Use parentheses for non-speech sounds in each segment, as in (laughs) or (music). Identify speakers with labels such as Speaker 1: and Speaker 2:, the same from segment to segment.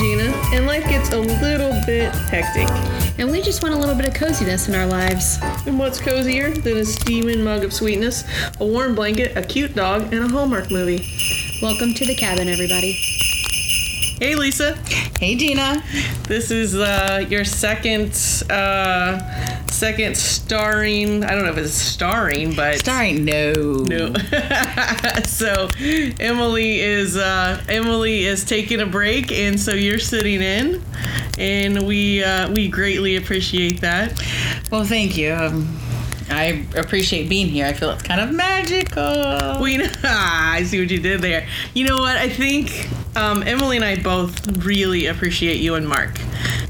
Speaker 1: and life gets a little bit hectic.
Speaker 2: And we just want a little bit of coziness in our lives.
Speaker 1: And what's cozier than a steaming mug of sweetness, a warm blanket, a cute dog, and a Hallmark movie?
Speaker 2: Welcome to the cabin, everybody.
Speaker 1: Hey, Lisa.
Speaker 3: Hey, Dina.
Speaker 1: This is uh, your second uh, second starring. I don't know if it's starring, but
Speaker 3: Starring no.
Speaker 1: No. (laughs) so Emily is uh, Emily is taking a break, and so you're sitting in, and we uh, we greatly appreciate that.
Speaker 3: Well, thank you. Um, I appreciate being here. I feel it's kind of magical.
Speaker 1: We (laughs) I see what you did there. You know what? I think um, Emily and I both really appreciate you and Mark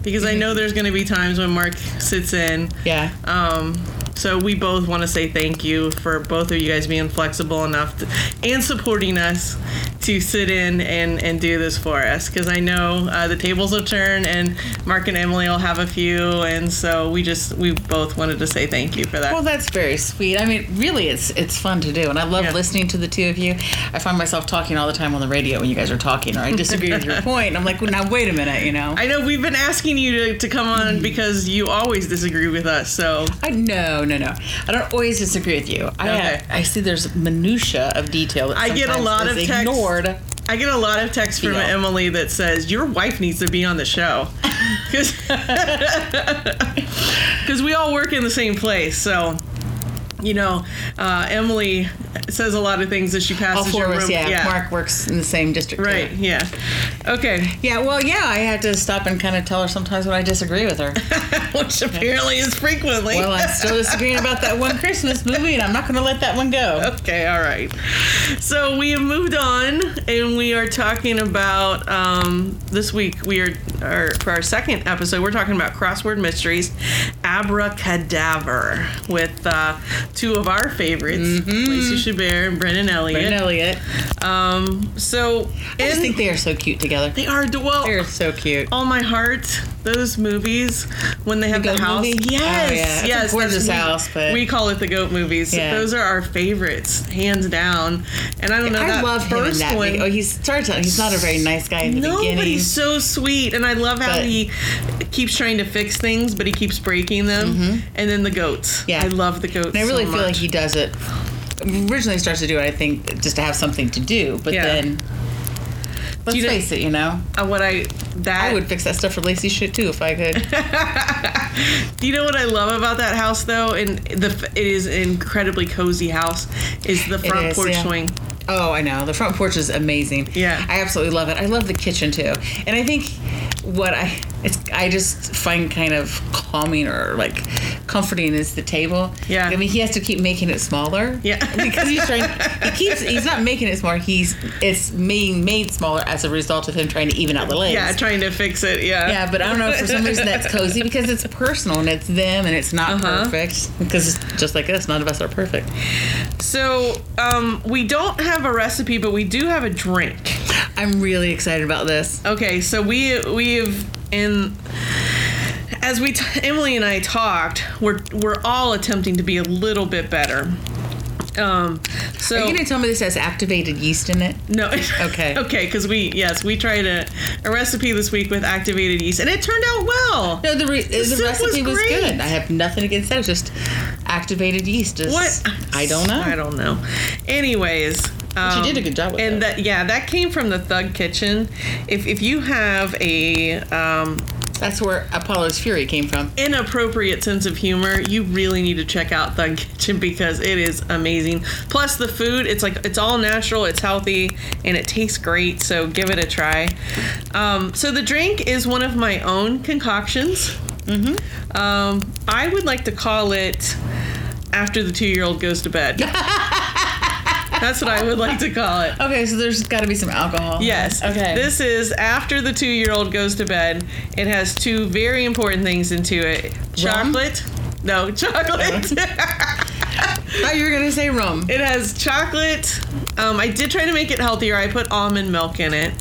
Speaker 1: because I know there's going to be times when Mark sits in.
Speaker 3: yeah.
Speaker 1: Um, so we both want to say thank you for both of you guys being flexible enough to, and supporting us to sit in and, and do this for us because I know uh, the tables will turn and Mark and Emily will have a few and so we just we both wanted to say thank you for that.
Speaker 3: Well, that's very sweet. I mean, really, it's it's fun to do, and I love
Speaker 1: Yeah.
Speaker 3: listening to the two of you. I find myself talking all the time on the radio when you guys are talking, or I disagree
Speaker 1: (laughs)
Speaker 3: with your point. And I'm like, well, now wait a minute, you know.
Speaker 1: I know we've been asking you to, to come
Speaker 3: Mm-hmm.
Speaker 1: on because you always disagree with us. So
Speaker 3: I no no no. I don't always disagree with you. I
Speaker 1: Okay.
Speaker 3: I see there's minutia of detail. That
Speaker 1: I get a
Speaker 3: sometimes
Speaker 1: lot
Speaker 3: is
Speaker 1: of texts.
Speaker 3: ignored.
Speaker 1: I get a lot of texts from
Speaker 3: Deal.
Speaker 1: Emily that says your wife needs to be on the
Speaker 3: (laughs)
Speaker 1: show (laughs) because we all work in the same place. So you know, uh, Emily says a lot of things as she passes
Speaker 3: All four
Speaker 1: your
Speaker 3: of
Speaker 1: room.
Speaker 3: us. Yeah. Mark works in the same district. too.
Speaker 1: Right. Yeah. Okay. (laughs)
Speaker 3: Yeah, well, yeah, I had to stop and kind of tell her sometimes when I disagree with her.
Speaker 1: Which apparently is frequently.
Speaker 3: well, I'm still disagreeing about that one Christmas movie, and I'm not going to let that one go.
Speaker 1: Okay, all right. So we have moved on, and we are talking about um, this week. We are our, for our second episode. We're talking about crossword mysteries, abracadaver, with uh, two of our favorites,
Speaker 3: Mm-hmm.
Speaker 1: Lacey Chabert and Brennan Elliott.
Speaker 3: And Elliot,
Speaker 1: Um, so
Speaker 3: I just
Speaker 1: and Oh,
Speaker 3: think they are so cute together.
Speaker 1: they are well.
Speaker 3: They're so cute.
Speaker 1: all my heart, those movies when they have the,
Speaker 3: goat
Speaker 1: house.
Speaker 3: movie?
Speaker 1: Yes,
Speaker 3: Oh, yeah. It's a
Speaker 1: yes,
Speaker 3: gorgeous
Speaker 1: that's-
Speaker 3: house, but-
Speaker 1: we call it the goat movies.
Speaker 3: Yeah.
Speaker 1: Those are our favorites, hands down. And I don't know
Speaker 3: I
Speaker 1: that
Speaker 3: love him in
Speaker 1: first
Speaker 3: that.
Speaker 1: one.
Speaker 3: One. Oh, he's starts out. He's not a very nice guy in the
Speaker 1: no,
Speaker 3: beginning.
Speaker 1: but he's so sweet, and I love how
Speaker 3: But-
Speaker 1: he keeps trying to fix things, but he keeps breaking them. And then the goats.
Speaker 3: Mm-hmm. Yeah.
Speaker 1: I love the goats.
Speaker 3: and I really
Speaker 1: so
Speaker 3: feel like
Speaker 1: much.
Speaker 3: he does it. Originally starts to do it, I think, just to have something to do. But
Speaker 1: Yeah.
Speaker 3: then, let's
Speaker 1: you know-
Speaker 3: face it, you know,
Speaker 1: Uh, what I that
Speaker 3: I would fix that stuff for Lacey shit too if I could.
Speaker 1: Do you know what I love about that house though? And the f- it is an incredibly cozy house. Is the front
Speaker 3: is,
Speaker 1: porch
Speaker 3: yeah.
Speaker 1: swing?
Speaker 3: Oh, I know. The front porch is amazing.
Speaker 1: Yeah.
Speaker 3: I absolutely love it. I love the kitchen too. And I think what I it's I just find kind of calming or like comforting is the table.
Speaker 1: Yeah.
Speaker 3: I mean, he has to keep making it smaller.
Speaker 1: Yeah.
Speaker 3: Because he's trying he keeps he's not making it smaller. He's it's being made smaller as a result of him trying to even out the legs.
Speaker 1: Yeah, trying to fix it. Yeah.
Speaker 3: Yeah, but I don't know. For some reason, that's cozy because it's personal and it's them and it's not
Speaker 1: Uh-huh.
Speaker 3: perfect. Because just like us, none of us are perfect.
Speaker 1: So um, we don't have a recipe, but we do have a drink.
Speaker 3: I'm really excited about this.
Speaker 1: Okay, so we we've in as we t- Emily and I talked, we're we're all attempting to be a little bit better. Um, so
Speaker 3: Are you gonna tell me this has activated yeast in it?
Speaker 1: No.
Speaker 3: Okay.
Speaker 1: (laughs) okay, because we yes we tried a, a recipe this week with activated yeast, and it turned out well.
Speaker 3: No, the, re-
Speaker 1: soup
Speaker 3: the recipe
Speaker 1: was
Speaker 3: was,
Speaker 1: great.
Speaker 3: good. I have nothing against that. It's just activated yeast is.
Speaker 1: What?
Speaker 3: I don't know.
Speaker 1: I don't know. Anyways.
Speaker 3: she
Speaker 1: um,
Speaker 3: did a good job with
Speaker 1: and
Speaker 3: it.
Speaker 1: that yeah that came from the thug kitchen if, if you have a um,
Speaker 3: That's where Apollo's Fury came from.
Speaker 1: inappropriate sense of humor you really need to check out thug (laughs) kitchen because it is amazing plus the food it's like it's all natural it's healthy and it tastes great so give it a try um, so the drink is one of my own concoctions um, i would like to call it after the two-year-old goes to bed that's what i would like to call it
Speaker 3: Okay, so there's got to be some alcohol.
Speaker 1: Yes.
Speaker 3: Okay.
Speaker 1: This is after the two year old goes to bed. It has two very important things into it
Speaker 3: Rum?
Speaker 1: chocolate. No, (laughs) chocolate.
Speaker 3: I thought you were gonna say rum.
Speaker 1: it has chocolate. Um, I did try to make it healthier. I put almond milk in it.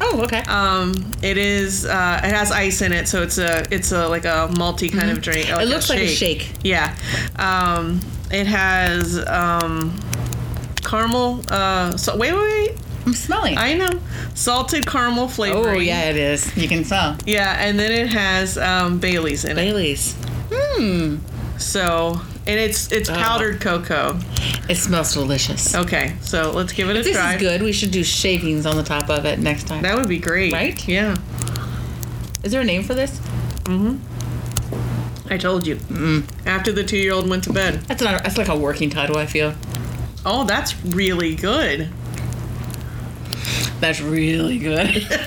Speaker 3: Oh, okay.
Speaker 1: Um, it is. Uh, it has ice in it, so it's a. It's a like a malty kind of drink. like
Speaker 3: Mm-hmm. it looks like a shake.
Speaker 1: Yeah. Um, it has um, caramel. Uh, so wait, wait, wait.
Speaker 3: I'm smelling.
Speaker 1: I know. Salted caramel
Speaker 3: oh
Speaker 1: flavoring.
Speaker 3: yeah, it is. You can tell.
Speaker 1: Yeah, and then it has um, Bailey's in it.
Speaker 3: Bailey's. Hmm.
Speaker 1: So, and it's it's
Speaker 3: Uh-huh.
Speaker 1: powdered cocoa.
Speaker 3: It smells delicious.
Speaker 1: Okay, so let's give it a
Speaker 3: This
Speaker 1: try.
Speaker 3: is good. We should do shavings on the top of it next time.
Speaker 1: That would be great.
Speaker 3: Right?
Speaker 1: Yeah.
Speaker 3: Is there a name for this?
Speaker 1: I told you.
Speaker 3: Mm-hmm.
Speaker 1: After the two year old went to bed.
Speaker 3: That's not. That's like a working title. I feel.
Speaker 1: Oh, that's really good.
Speaker 3: That's really good. (laughs)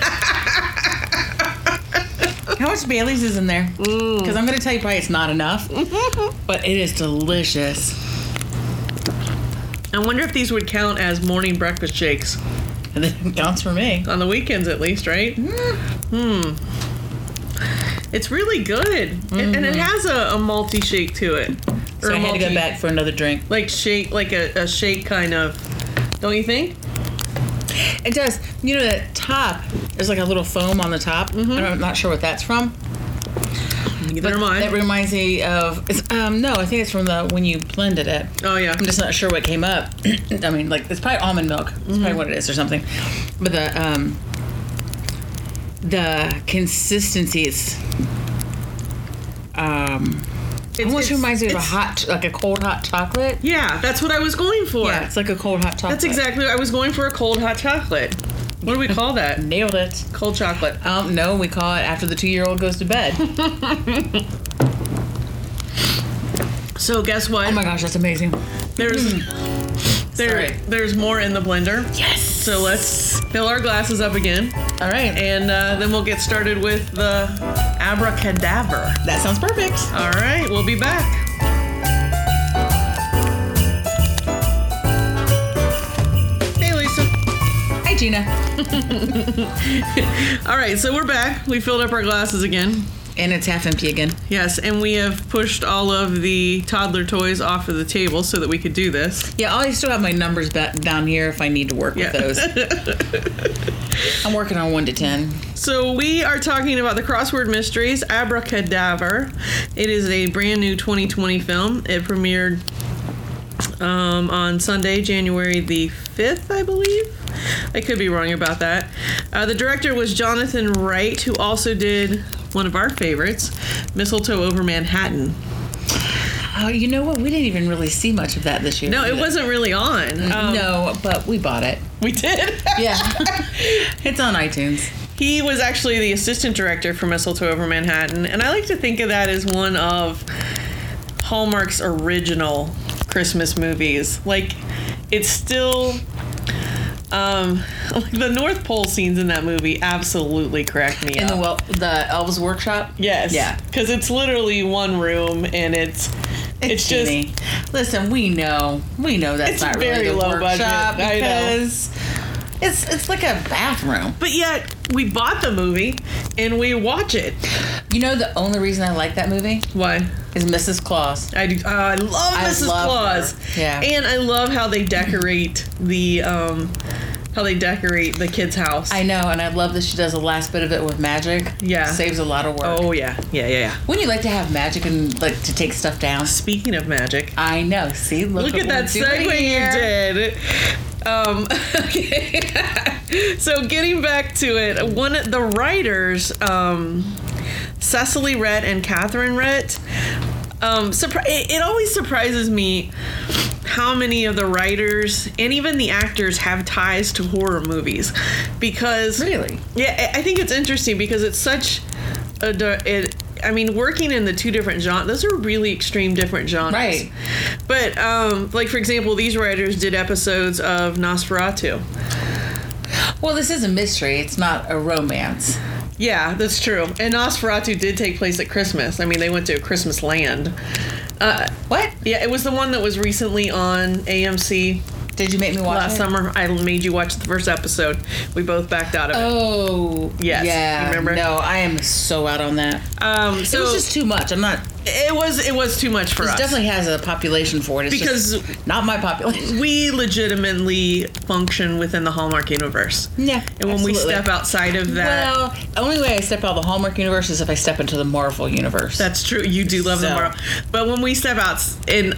Speaker 3: How much Bailey's is in there? Because I'm going to tell you probably it's not enough, (laughs) but it is delicious.
Speaker 1: I wonder if these would count as morning breakfast shakes.
Speaker 3: And (laughs) it counts for me.
Speaker 1: On the weekends, at least, right? Hmm.
Speaker 3: Mm-hmm.
Speaker 1: It's really good. And, and it has a, a malty shake to it.
Speaker 3: Mm-hmm. So I had to go
Speaker 1: malty-
Speaker 3: back for another drink.
Speaker 1: Like shake, like a, a shake kind of. Don't you think?
Speaker 3: It does. You know that top? There's like a little foam on the top. I'm not sure what that's from.
Speaker 1: Neither am I.
Speaker 3: That reminds me of. It's, um, no, I think it's from the when you blended it.
Speaker 1: oh, yeah.
Speaker 3: I'm just not sure what came up. (clears throat) I mean, like it's probably almond milk. It's probably what it is or something. But the um, the consistency is. Um, it
Speaker 1: It's-
Speaker 3: almost
Speaker 1: it's-
Speaker 3: reminds me of a
Speaker 1: it's-
Speaker 3: hot, like a cold hot chocolate.
Speaker 1: Yeah, that's what I was going for.
Speaker 3: Yeah, it's like a cold hot chocolate.
Speaker 1: That's exactly what I was going for a cold hot chocolate. What do we call that?
Speaker 3: Nailed it.
Speaker 1: Cold chocolate.
Speaker 3: Um, no, we call it after the two-year-old goes to bed. oh
Speaker 1: So guess what?
Speaker 3: Oh my gosh, that's amazing.
Speaker 1: there's there
Speaker 3: Sorry.
Speaker 1: there's more in the blender.
Speaker 3: Yes.
Speaker 1: So let's fill our glasses up again,
Speaker 3: All right.
Speaker 1: and uh, then we'll get started with the abracadabra.
Speaker 3: that sounds perfect.
Speaker 1: All right, we'll be back. Hey, Lisa.
Speaker 3: Hi, Gina.
Speaker 1: All right, so we're back. We filled up our glasses again.
Speaker 3: And it's half empty again.
Speaker 1: Yes, and we have pushed all of the toddler toys off of the table so that we could do this.
Speaker 3: Yeah, I still have my numbers ba- down here if I need to work
Speaker 1: Yeah. (laughs)
Speaker 3: with those. I'm working on one to ten.
Speaker 1: So we are talking about the crossword mysteries Abracadabra. It is a brand new 2020 film. It premiered um, on Sunday, January the 5th, I believe. I could be wrong about that. Uh, the director was Jonathan Wright, who also did one of our favorites, Mistletoe Over Manhattan.
Speaker 3: Oh, you know what? We didn't even really see much of that this year.
Speaker 1: No,
Speaker 3: did
Speaker 1: it wasn't really on. Um,
Speaker 3: Mm-hmm. no, but we bought it.
Speaker 1: we did. (laughs)
Speaker 3: Yeah, it's on iTunes.
Speaker 1: He was actually the assistant director for Mistletoe Over Manhattan, and I like to think of that as one of Hallmark's original Christmas movies. Like, it's still. Um, (laughs) like the North Pole scenes in that movie absolutely crack me
Speaker 3: In
Speaker 1: up.
Speaker 3: the well, the Elves Workshop.
Speaker 1: yes,
Speaker 3: Yeah.
Speaker 1: because it's literally one room and it's it's, just
Speaker 3: Jeannie. Listen, we know, we know that's
Speaker 1: It's
Speaker 3: not
Speaker 1: very
Speaker 3: really the
Speaker 1: low budget.
Speaker 3: workshop
Speaker 1: I know.
Speaker 3: because it's it's like a bathroom.
Speaker 1: but yet we bought the movie and we watch it.
Speaker 3: You know, the only reason I like that movie
Speaker 1: Why?
Speaker 3: is Mrs. Claus.
Speaker 1: I do. Uh, I love
Speaker 3: I
Speaker 1: Mrs.
Speaker 3: love
Speaker 1: Claus.
Speaker 3: her. Yeah.
Speaker 1: And I love how they decorate the um, how they decorate the kid's house.
Speaker 3: I know, and I love that she does the last bit of it with magic.
Speaker 1: Yeah.
Speaker 3: saves a lot of work.
Speaker 1: oh yeah, yeah, yeah, yeah.
Speaker 3: Wouldn't you like to have magic and like to take stuff down?
Speaker 1: Speaking of magic,
Speaker 3: I know. See, look,
Speaker 1: look
Speaker 3: what
Speaker 1: at that
Speaker 3: we're doing
Speaker 1: segue you
Speaker 3: here.
Speaker 1: did. Um, (laughs) okay. so getting back to it, one of the writers, um, Cecily Rhett and Catherine Rhett. Um, surpri- it, it always surprises me how many of the writers and even the actors have ties to horror movies because
Speaker 3: Really?
Speaker 1: yeah, I I think it's interesting because it's such a. di- It, I mean, working in the two different genres, those are really extreme different genres.
Speaker 3: Right.
Speaker 1: But, um, like, for example, these writers did episodes of Nosferatu.
Speaker 3: Well, this is a mystery. It's not a romance.
Speaker 1: Yeah, that's true. And Nosferatu did take place at Christmas. I mean, they went to Christmas land. Uh,
Speaker 3: What?
Speaker 1: yeah, it was the one that was recently on AMC
Speaker 3: Did you make me watch
Speaker 1: last
Speaker 3: it?
Speaker 1: summer. I made you watch the first episode. We both backed out of it.
Speaker 3: Oh.
Speaker 1: Yes.
Speaker 3: Yeah.
Speaker 1: You remember?
Speaker 3: No, I am so out on that.
Speaker 1: Um,
Speaker 3: Oh. it
Speaker 1: so
Speaker 3: was just too much. I'm not.
Speaker 1: it was it was too much for
Speaker 3: It
Speaker 1: us.
Speaker 3: definitely has a population for it. It's
Speaker 1: Because-
Speaker 3: just not my population. (laughs)
Speaker 1: we legitimately function within the Hallmark universe.
Speaker 3: Yeah,
Speaker 1: And when we
Speaker 3: absolutely.
Speaker 1: step outside of that,
Speaker 3: Well, the only way I step out of the Hallmark universe is if I step into the Marvel universe.
Speaker 1: that's true. You do love the
Speaker 3: So.
Speaker 1: world. But when we step out and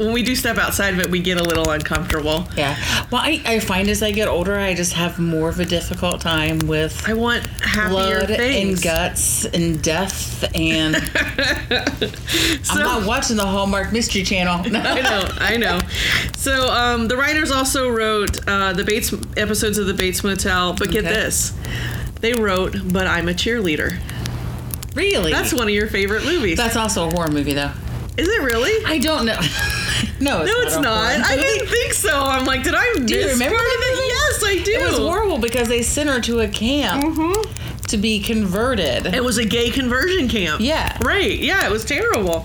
Speaker 1: when we do step outside of it, we get a little uncomfortable.
Speaker 3: Yeah. Well, I, I find as I get older, I just have more of a difficult time with
Speaker 1: I want happier
Speaker 3: blood and
Speaker 1: things.
Speaker 3: guts and death and I'm not watching the Hallmark Mystery Channel.
Speaker 1: (laughs)
Speaker 3: (laughs)
Speaker 1: (laughs) I know, I know. So um, the writers also wrote uh, the Bates episodes of the Bates Motel, but get
Speaker 3: Okay.
Speaker 1: this. They wrote, but I'm a cheerleader.
Speaker 3: really?
Speaker 1: That's one of your favorite movies.
Speaker 3: That's also a horror movie though.
Speaker 1: Is it really?
Speaker 3: I don't know. (laughs) no, it's
Speaker 1: No, it's
Speaker 3: a horror
Speaker 1: not. I
Speaker 3: movie.
Speaker 1: didn't think so. I'm like, did I miss
Speaker 3: you remember
Speaker 1: part of it?
Speaker 3: everything?
Speaker 1: Yes, I do. Mm-hmm.
Speaker 3: It was horrible because they sent her to a camp to be converted.
Speaker 1: It was a gay conversion camp.
Speaker 3: Yeah.
Speaker 1: Right. Yeah, it was terrible.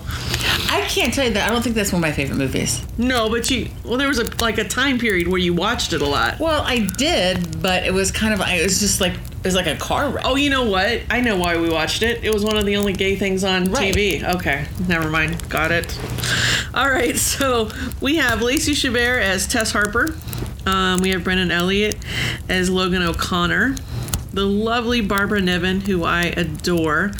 Speaker 3: I can't tell you that. I don't think that's one of my favorite movies.
Speaker 1: No, but you well there was a like a time period where you watched it a lot.
Speaker 3: Well, I did, but it was kind of. I- It was just like it was like a car wreck.
Speaker 1: Oh, you know what? I know why we watched it. It was one of the only gay things on
Speaker 3: Right.
Speaker 1: TV. Okay, never mind. Got it. All right, (laughs) so we have Lacey Chabert as Tess Harper. Um, we have Brennan Elliott as Logan O'Connor. The lovely Barbara Niven, who I adore.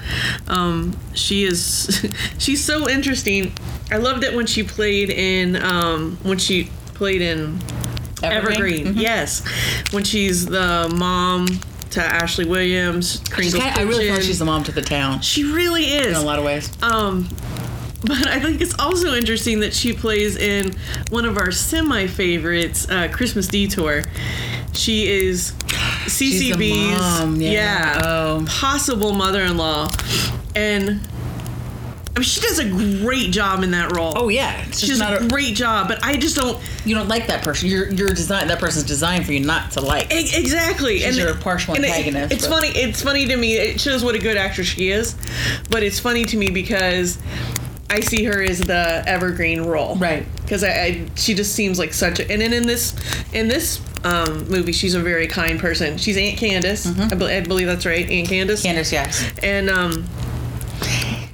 Speaker 1: Um, she is, (laughs) she's so interesting. I loved it when she played in, um, when she played in Evergreen, yes. When she's the mom to Ashley Williams,
Speaker 3: She's
Speaker 1: Kringle's
Speaker 3: kind of- I really feel like
Speaker 1: Kitchen.
Speaker 3: she's the mom to the town
Speaker 1: She really is.
Speaker 3: in a lot of ways.
Speaker 1: Um, but I think it's also interesting that she plays in one of our semi favorites, uh, Christmas Detour. She is
Speaker 3: the
Speaker 1: CCB's
Speaker 3: mom, yeah. Oh.
Speaker 1: possible mother in law. And I mean, she does a great job in that role.
Speaker 3: oh yeah, it's
Speaker 1: She
Speaker 3: just
Speaker 1: does
Speaker 3: not.
Speaker 1: a
Speaker 3: A,
Speaker 1: great job, but I just don't.
Speaker 3: you don't like that person. You're you're design. That person's designed for you not to like.
Speaker 1: E- Exactly,
Speaker 3: She's your partial
Speaker 1: it-
Speaker 3: antagonist,
Speaker 1: it's
Speaker 3: but-
Speaker 1: funny. It's funny to me. It shows what a good actress she is, but it's funny to me because I see her as the evergreen role,
Speaker 3: Right.
Speaker 1: Because I, I, she just seems like such. A, and then in this, in this um, movie, she's a very kind person. She's Aunt Candace. I, bel I believe that's right, Aunt Candace.
Speaker 3: Mm-hmm. Candace, yes.
Speaker 1: And um,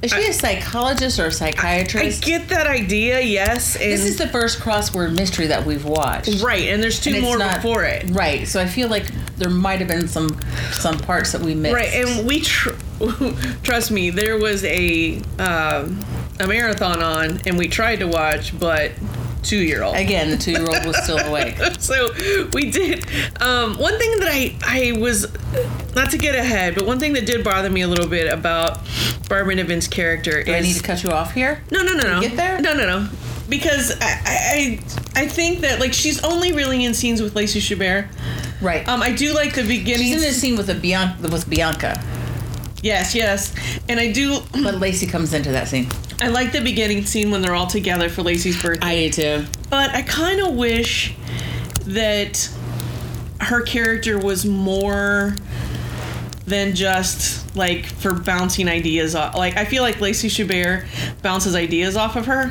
Speaker 3: Is she a psychologist or a
Speaker 1: I
Speaker 3: psychiatrist?
Speaker 1: get that idea. Yes, and
Speaker 3: this is the first crossword mystery that we've watched.
Speaker 1: right. And there's two
Speaker 3: And it's
Speaker 1: more
Speaker 3: not-
Speaker 1: before it.
Speaker 3: Right. So I feel like there might have been some some parts that we missed.
Speaker 1: Right, and we tr- (laughs) trust me. There was a um, a marathon on, and we tried to watch, but two year old.
Speaker 3: Again, the two year old was still (laughs) awake.
Speaker 1: So we did. Um, one thing that I I was not to get ahead, but one thing that did bother me a little bit about Barbara Niven's character
Speaker 3: Do I
Speaker 1: is
Speaker 3: need to cut you off here?
Speaker 1: no, no, no, no.
Speaker 3: get there?
Speaker 1: No, no, no. Because I, I I I think that like she's only really in scenes with Lacey Chabert.
Speaker 3: Right.
Speaker 1: Um, I do like the beginning.
Speaker 3: She's in this scene with a Bianca with Bianca,
Speaker 1: yes, yes, and I do
Speaker 3: but Lacey comes into that scene.
Speaker 1: I like the beginning scene when they're all together for Lacey's birthday,
Speaker 3: I do too.
Speaker 1: but I kind of wish that her character was more than just like for bouncing ideas off. Like I feel like Lacey Chabert bounces ideas off of her.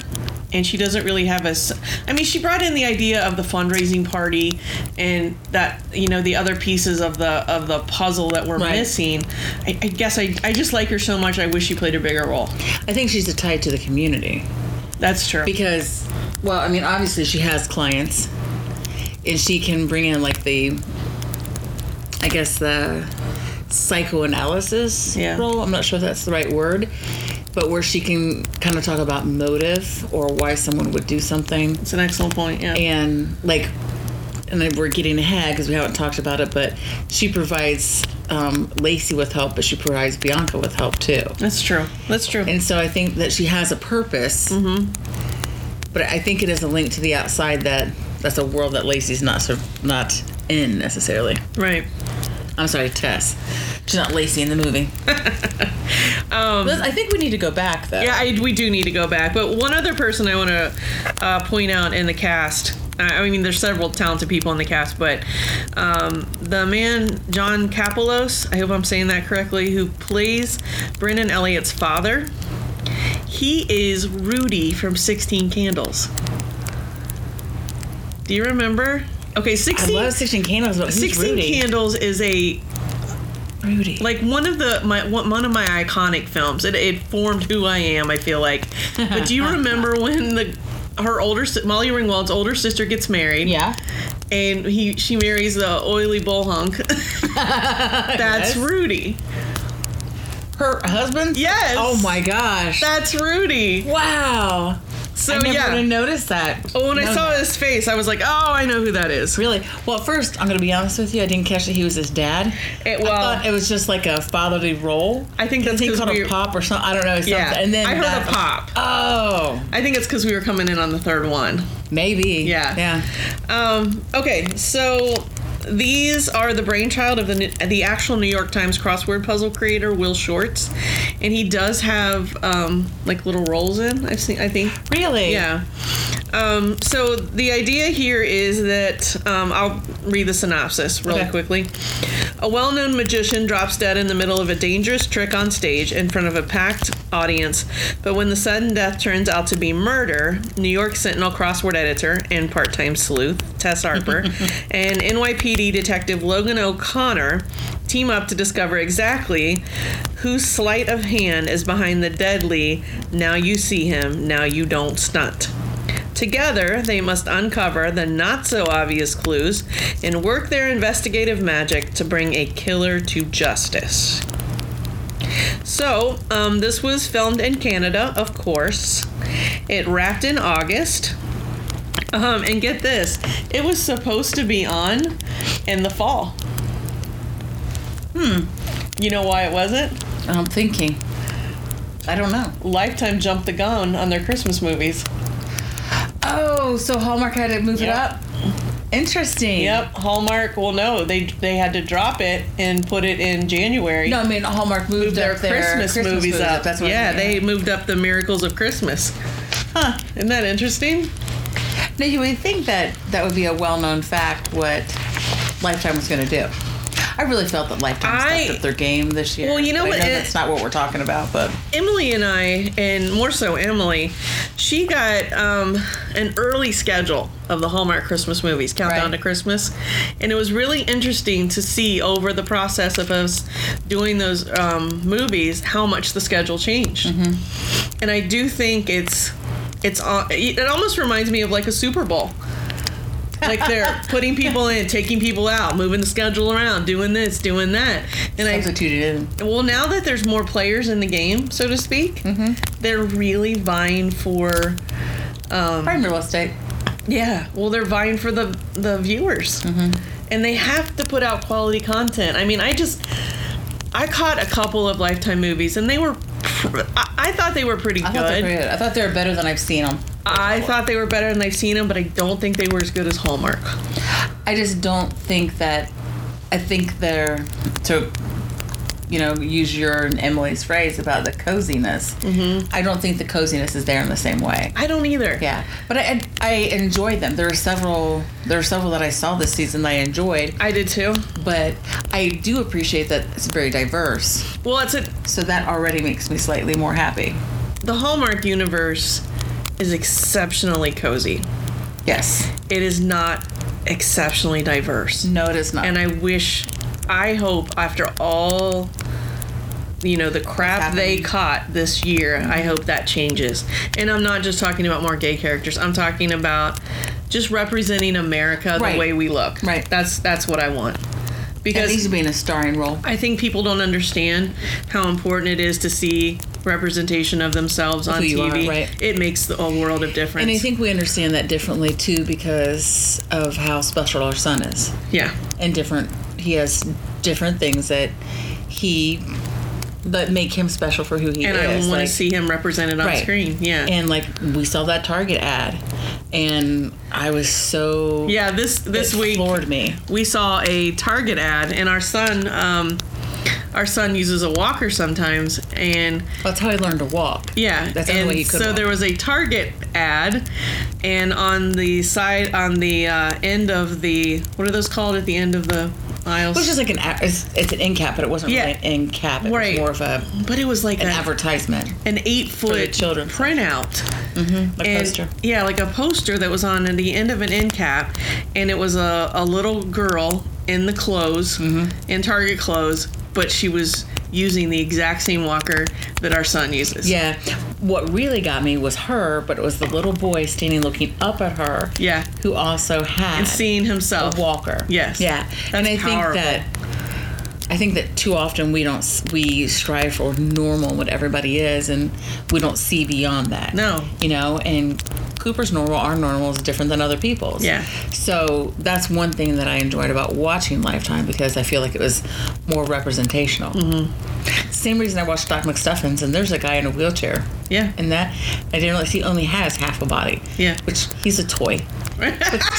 Speaker 1: And she doesn't really have a. s- I mean, she brought in the idea of the fundraising party, and that you know the other pieces of the of the puzzle that we're
Speaker 3: Right.
Speaker 1: missing. I, I guess I, I just like her so much. I wish she played a bigger role.
Speaker 3: I think she's tied to the community
Speaker 1: That's true.
Speaker 3: because, well, I mean, obviously she has clients, and she can bring in like the, I guess the psychoanalysis
Speaker 1: Yeah.
Speaker 3: role. I'm not sure if that's the right word, but where she can kind of talk about motive or why someone would do something.
Speaker 1: It's an excellent point. Yeah.
Speaker 3: and like and then we're getting ahead because we haven't talked about it but she provides um, lacey with help but she provides bianca with help too
Speaker 1: That's true. That's true.
Speaker 3: and so i think that she has a purpose mm-hmm. but i think it is a link to the outside that that's a world that lacey's not sort of not in necessarily
Speaker 1: right.
Speaker 3: i'm sorry tess she's not lacey in the movie (laughs) um, i think we need to go back though
Speaker 1: Yeah, I, we do need to go back. But one other person I want to uh, point out in the cast. I I mean, there's several talented people in the cast, but um, the man John Kapelos, I hope I'm saying that correctly, who plays Brendan Elliott's father, he is Rudy from 16 Candles. Do you remember? Okay,
Speaker 3: i
Speaker 1: 16,
Speaker 3: love 16 candles but who's
Speaker 1: 16
Speaker 3: rudy
Speaker 1: Candles is a
Speaker 3: rudy
Speaker 1: like one of the my one one of my iconic films. It, it formed who I am. I feel like. But
Speaker 3: (laughs)
Speaker 1: do you remember when the her older si- Molly Ringwald's older sister gets married?
Speaker 3: yeah
Speaker 1: and he she marries the oily bull hunk. (laughs) That's
Speaker 3: Yes.
Speaker 1: Rudy.
Speaker 3: her husband
Speaker 1: Yes.
Speaker 3: oh my gosh
Speaker 1: That's Rudy.
Speaker 3: Wow.
Speaker 1: So
Speaker 3: I never would
Speaker 1: yeah.
Speaker 3: have noticed that.
Speaker 1: Well, when I
Speaker 3: No,
Speaker 1: saw his face, I was like, "Oh, I know who that is."
Speaker 3: Really? Well, at first, I'm going to be honest with you. I didn't catch that he was his dad.
Speaker 1: It-
Speaker 3: I
Speaker 1: well-
Speaker 3: thought it was just like a fatherly role.
Speaker 1: I think that's
Speaker 3: he
Speaker 1: 'cause
Speaker 3: called
Speaker 1: we-
Speaker 3: a pop or something. I don't know. Something.
Speaker 1: Yeah,
Speaker 3: And then
Speaker 1: I heard
Speaker 3: that-
Speaker 1: a pop.
Speaker 3: Oh,
Speaker 1: I think it's because we were coming in on the third one.
Speaker 3: maybe.
Speaker 1: Yeah.
Speaker 3: Yeah.
Speaker 1: Um, okay, so these are the brainchild of the the actual New York Times crossword puzzle creator Will Shorts, and he does have um, like little roles in. I've seen. I think.
Speaker 3: Really?
Speaker 1: Yeah. Um, so the idea here is that um, I'll read the synopsis really
Speaker 3: Okay.
Speaker 1: quickly. A well-known magician drops dead in the middle of a dangerous trick on stage in front of a packed audience, but when the sudden death turns out to be murder, New York Sentinel crossword editor and part-time sleuth Tess Harper and NYPD detective Logan O'Connor team up to discover exactly whose sleight of hand is behind the deadly now you see him, now you don't stunt. Together, they must uncover the not so obvious clues and work their investigative magic to bring a killer to justice. So, um, this was filmed in Canada, of course. It wrapped in August. Um, and get this, it was supposed to be on in the fall. Hmm. You know why it wasn't?
Speaker 3: I'm thinking. I don't know.
Speaker 1: Lifetime jumped the gun on their Christmas movies.
Speaker 3: Oh, so Hallmark had to move
Speaker 1: Yep.
Speaker 3: it up. Interesting.
Speaker 1: Yep, Hallmark. Well, no, they they had to drop it and put it in January.
Speaker 3: No, I mean Hallmark moved,
Speaker 1: Moved their
Speaker 3: up their
Speaker 1: Christmas, movies up.
Speaker 3: That's what
Speaker 1: yeah,
Speaker 3: I
Speaker 1: they moved up the miracles of Christmas. Huh? Isn't that interesting?
Speaker 3: Now you would think that that would be a well-known fact what Lifetime was going to do. I really felt that Lifetime
Speaker 1: I-
Speaker 3: stepped up their game this year.
Speaker 1: Well, you know
Speaker 3: but I
Speaker 1: what, it-
Speaker 3: that's not what we're talking about, but
Speaker 1: Emily and I, and more so Emily, she got um, an early schedule of the Hallmark Christmas movies, Countdown
Speaker 3: Right.
Speaker 1: to Christmas, and it was really interesting to see over the process of us doing those um, movies how much the schedule changed. And I do think it's it's al- it almost reminds me of like a Super Bowl. like they're putting people in, taking people out, moving the schedule around, doing this, doing that, and I
Speaker 3: substituted in.
Speaker 1: well, now that there's more players in the game, so to speak,
Speaker 3: Mm-hmm.
Speaker 1: they're really vying for.
Speaker 3: Prime real estate.
Speaker 1: Yeah. Well, they're vying for the the viewers,
Speaker 3: Mm-hmm.
Speaker 1: and they have to put out quality content. I mean, I just I caught a couple of Lifetime movies, and they were. pr- I, I thought they were pretty
Speaker 3: I thought they
Speaker 1: good.
Speaker 3: were pretty good. I thought they were better than I've seen them.
Speaker 1: I thought they were better than I've seen them, but I don't think they were as good as Hallmark.
Speaker 3: I just don't think that. I think they're to, you know, use your and Emily's phrase about the coziness. Mm-hmm. I don't think the coziness is there in the same way.
Speaker 1: I don't either.
Speaker 3: Yeah, but I I enjoyed them. There are several there are several that I saw this season that I enjoyed,
Speaker 1: I did too.
Speaker 3: but I do appreciate that it's very diverse.
Speaker 1: Well, it's a
Speaker 3: So that already makes me slightly more happy.
Speaker 1: the Hallmark universe is exceptionally cozy.
Speaker 3: Yes.
Speaker 1: it is not exceptionally diverse.
Speaker 3: No, it is not.
Speaker 1: And I wish, I hope after all, you know, the crap
Speaker 3: happened.
Speaker 1: they caught this year, I hope that changes. And I'm not just talking about more gay characters. I'm talking about just representing America
Speaker 3: Right.
Speaker 1: the way we look.
Speaker 3: Right.
Speaker 1: That's that's what I want.
Speaker 3: it needs
Speaker 1: Because
Speaker 3: to be in a starring role.
Speaker 1: I think people don't understand how important it is to see representation of themselves on
Speaker 3: Who you are,
Speaker 1: TV.
Speaker 3: right.
Speaker 1: It makes a world of difference.
Speaker 3: And I think we understand that differently too because of how special our son is.
Speaker 1: yeah.
Speaker 3: and different he has different things that he that make him special for who he
Speaker 1: And
Speaker 3: is
Speaker 1: I want
Speaker 3: like-
Speaker 1: to see him represented on
Speaker 3: Right.
Speaker 1: screen. Yeah.
Speaker 3: and like we saw that target ad and i was so
Speaker 1: Yeah, this this
Speaker 3: it
Speaker 1: week
Speaker 3: floored me
Speaker 1: we saw a Target ad, and our son, um, our son uses a walker sometimes, and
Speaker 3: that's how he learned to walk
Speaker 1: yeah,
Speaker 3: That's the only
Speaker 1: and
Speaker 3: way he could
Speaker 1: so
Speaker 3: walk.
Speaker 1: there was a Target ad, and on the side, on the uh, end of the what are those called at the end of the aisles?
Speaker 3: it was just like an ad- it's, it's an end cap but it wasn't
Speaker 1: Yeah.
Speaker 3: really an end cap it
Speaker 1: Right.
Speaker 3: was more of a
Speaker 1: but it was like
Speaker 3: an
Speaker 1: a-
Speaker 3: advertisement
Speaker 1: an eight foot
Speaker 3: children.
Speaker 1: printout.
Speaker 3: a
Speaker 1: and-
Speaker 3: poster
Speaker 1: Yeah, like a poster that was on the end of an end cap, and it was a, a little girl in the clothes,
Speaker 3: Mm-hmm.
Speaker 1: in Target clothes, but she was using the exact same walker that our son uses.
Speaker 3: yeah what really got me was her but it was the little boy standing looking up at her
Speaker 1: Yeah.
Speaker 3: who also had
Speaker 1: And seeing himself.
Speaker 3: Walker.
Speaker 1: Yes.
Speaker 3: Yeah. and I
Speaker 1: powerful.
Speaker 3: think that I think that too often we don't s- we strive for normal what everybody is, and we don't see beyond that.
Speaker 1: No.
Speaker 3: you know, and Cooper's normal, our normal is different than other people's.
Speaker 1: Yeah.
Speaker 3: So that's one thing that I enjoyed about watching Lifetime because I feel like it was more representational.
Speaker 1: Mm-hmm.
Speaker 3: Same reason I watched Doc McStuffins, and there's a guy in a wheelchair.
Speaker 1: Yeah.
Speaker 3: And that I didn't realize he only has half a body.
Speaker 1: Yeah.
Speaker 3: Which he's a toy. (laughs)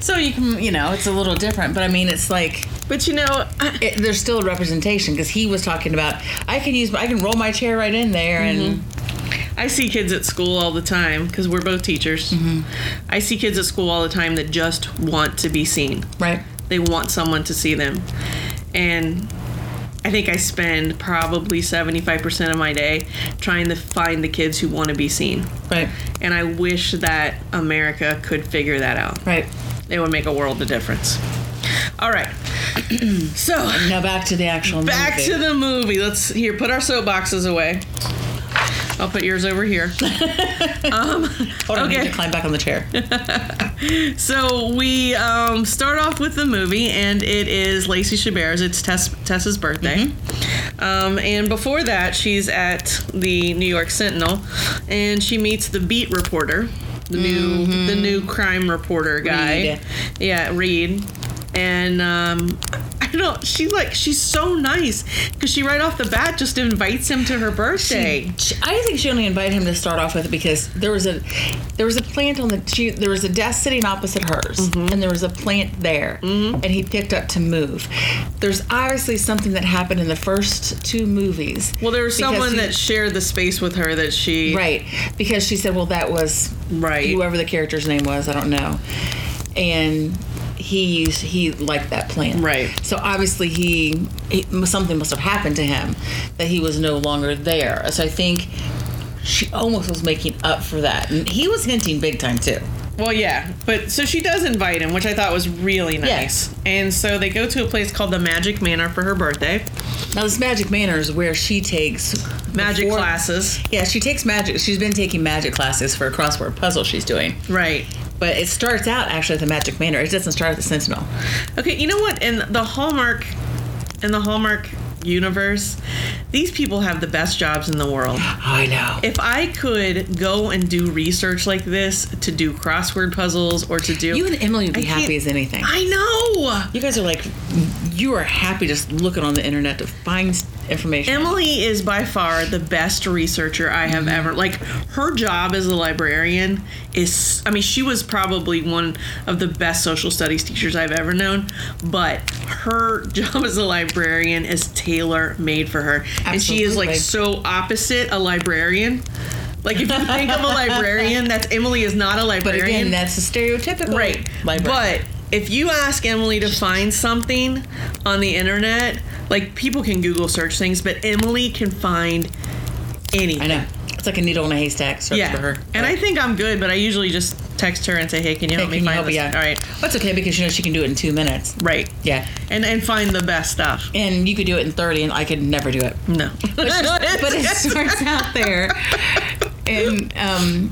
Speaker 3: So you can, you know, it's a little different, but I mean, it's like
Speaker 1: but you know, I,
Speaker 3: it, there's still a representation because he was talking about I can use I can roll my chair right in there and
Speaker 1: I see kids at school all the time because we're both teachers.
Speaker 3: Mm-hmm.
Speaker 1: I see kids at school all the time that just want to be seen.
Speaker 3: right
Speaker 1: They want someone to see them. And I think I spend probably 75% of my day trying to find the kids who want to be seen.
Speaker 3: right
Speaker 1: And I wish that America could figure that out.
Speaker 3: right.
Speaker 1: It would make a world of difference. All right. (clears throat) so,
Speaker 3: Now back to the actual
Speaker 1: back
Speaker 3: movie.
Speaker 1: to the movie. Let's here put our soapboxes away. I'll put yours over here.
Speaker 3: Hold on, I need
Speaker 1: okay.
Speaker 3: to climb back on the chair.
Speaker 1: So we um, start off with the movie, and it is Lacey Chabert's. It's Tess, Tessa's birthday.
Speaker 3: Mm-hmm.
Speaker 1: Um, and before that, she's at the New York Sentinel, and she meets the beat reporter, the new the new crime reporter guy.
Speaker 3: Mm-hmm. Reed.
Speaker 1: Yeah, Reed. And um, I don't. She like she's so nice because she right off the bat just invites him to her birthday.
Speaker 3: She- I think she only invited him to start off with because there was a there was a plant on the she, there was a desk sitting opposite hers
Speaker 1: Mm-hmm.
Speaker 3: and there was a plant there and he picked up to move. There's obviously something that happened in the first two movies.
Speaker 1: well, there was
Speaker 3: because
Speaker 1: someone
Speaker 3: he-
Speaker 1: that shared the space with her that she
Speaker 3: Right, because she said, "Well, that was
Speaker 1: Right.
Speaker 3: whoever the character's name was. I don't know." And he used he liked that plan.
Speaker 1: Right.
Speaker 3: So obviously he, he something must have happened to him that he was no longer there. So I think she almost was making up for that, and he was hinting big time too.
Speaker 1: Well, yeah, but so she does invite him, which I thought was really nice.
Speaker 3: Yes.
Speaker 1: And so they go to a place called the Magic Manor for her birthday,
Speaker 3: Now this magic manor is where she takes
Speaker 1: magic
Speaker 3: before-
Speaker 1: classes.
Speaker 3: Yeah, she takes magic. She's been taking magic classes for a crossword puzzle she's doing.
Speaker 1: Right.
Speaker 3: But it starts out actually at the Magic Manor. It doesn't start at the Sentinel.
Speaker 1: Okay, you know what? In the Hallmark, in the Hallmark universe, these people have the best jobs in the
Speaker 3: (gasps)
Speaker 1: world.
Speaker 3: I know.
Speaker 1: If I could go and do research like this to do crossword puzzles or to do.
Speaker 3: You and Emily would be
Speaker 1: I can't-
Speaker 3: happy as anything.
Speaker 1: I know!
Speaker 3: You guys are like, you are happy just looking on the internet to find s- information.
Speaker 1: Emily is by far the best researcher I have ever. Like her job as a librarian is I mean she was probably one of the best social studies teachers I've ever known, but her (laughs) job as a librarian is tailor made for her. And she is like
Speaker 3: Absolutely.
Speaker 1: so opposite a librarian. Like if you think of a librarian, that's Emily is not a
Speaker 3: but
Speaker 1: librarian.
Speaker 3: again, that's a stereotypical
Speaker 1: Right.
Speaker 3: library.
Speaker 1: But if you ask Emily to find something on the internet, like people can Google search things, but Emily can find anything.
Speaker 3: I know. It's like a needle in a haystack search
Speaker 1: Yeah.
Speaker 3: for her.
Speaker 1: And I think I'm good, but I usually just text her and say, "Hey, can you
Speaker 3: Hey,
Speaker 1: help
Speaker 3: can
Speaker 1: me
Speaker 3: you
Speaker 1: find
Speaker 3: help-
Speaker 1: this?"
Speaker 3: yeah.
Speaker 1: All right.
Speaker 3: That's okay because you know she can do it in two minutes.
Speaker 1: Right.
Speaker 3: Yeah.
Speaker 1: And and find the best stuff.
Speaker 3: And you could do it in 30, and I could never do it.
Speaker 1: No.
Speaker 3: (laughs) But it's- but it starts out there. And um,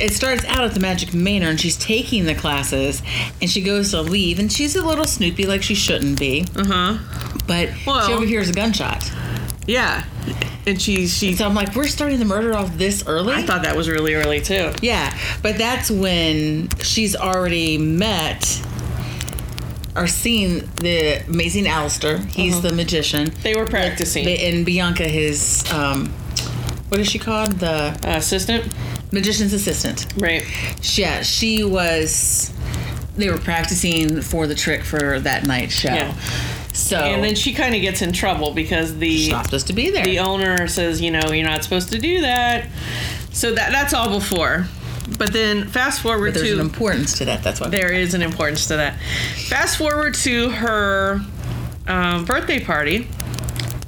Speaker 3: it starts out at the Magic Manor, and she's taking the classes, and she goes to leave, and she's a little snoopy, like she shouldn't be.
Speaker 1: Uh-huh.
Speaker 3: But
Speaker 1: Well-
Speaker 3: she overhears a gunshot.
Speaker 1: (laughs) Yeah. And she she
Speaker 3: So I'm like, we're starting the murder off this early?
Speaker 1: I thought that was really early too.
Speaker 3: yeah, but that's when she's already met or seen the amazing Alistair. He's
Speaker 1: Uh-huh.
Speaker 3: the magician.
Speaker 1: They were practicing.
Speaker 3: And Bianca, his, um, what is she called? The
Speaker 1: uh, assistant.
Speaker 3: magician's assistant.
Speaker 1: Right.
Speaker 3: Yeah, she was. They were practicing for the trick for that night's show.
Speaker 1: Yeah.
Speaker 3: So
Speaker 1: And then she kind of gets in trouble because the
Speaker 3: stopped us to be there.
Speaker 1: the owner says, you know, you're not supposed to do that. So that that's all before. But then fast forward
Speaker 3: But there's
Speaker 1: to
Speaker 3: an importance to that. That's why.
Speaker 1: there is an importance to that. Fast forward to her um, birthday party,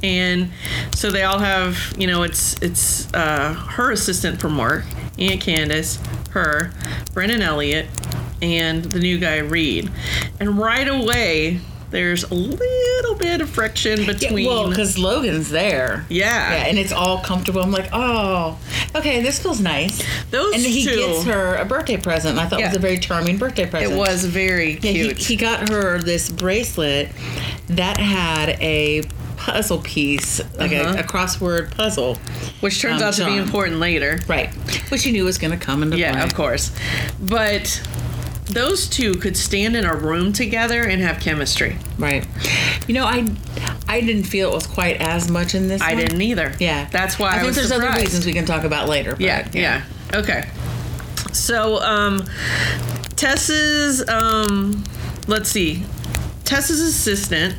Speaker 1: and so they all have you know it's it's uh, her assistant from work, Aunt Candace, her, Brennan Elliott, and the new guy Reed, and right away there's a little little bit of friction between.
Speaker 3: well, because Logan's there.
Speaker 1: Yeah.
Speaker 3: Yeah, and it's all comfortable. I'm like, oh, okay, this feels nice.
Speaker 1: Those
Speaker 3: and he
Speaker 1: two-
Speaker 3: gets her a birthday present. And I thought it was
Speaker 1: Yeah.
Speaker 3: a very charming birthday
Speaker 1: it
Speaker 3: present.
Speaker 1: was very
Speaker 3: Yeah, he,
Speaker 1: cute.
Speaker 3: he got her this bracelet that had a puzzle piece, like
Speaker 1: Uh-huh.
Speaker 3: a, a crossword puzzle.
Speaker 1: which turns
Speaker 3: um,
Speaker 1: out to be
Speaker 3: John.
Speaker 1: important later.
Speaker 3: Right. Which he knew was going to come into
Speaker 1: Yeah,
Speaker 3: play.
Speaker 1: of course. But those two could stand in a room together and have chemistry.
Speaker 3: Right. You know, I I didn't feel it was quite as much in this.
Speaker 1: I
Speaker 3: one.
Speaker 1: didn't either.
Speaker 3: Yeah.
Speaker 1: That's why I,
Speaker 3: think
Speaker 1: was
Speaker 3: there's
Speaker 1: surprised.
Speaker 3: other reasons we can talk about later. but
Speaker 1: Yeah, yeah. Okay. So, um, Tess's, um, let's see, Tess's assistant.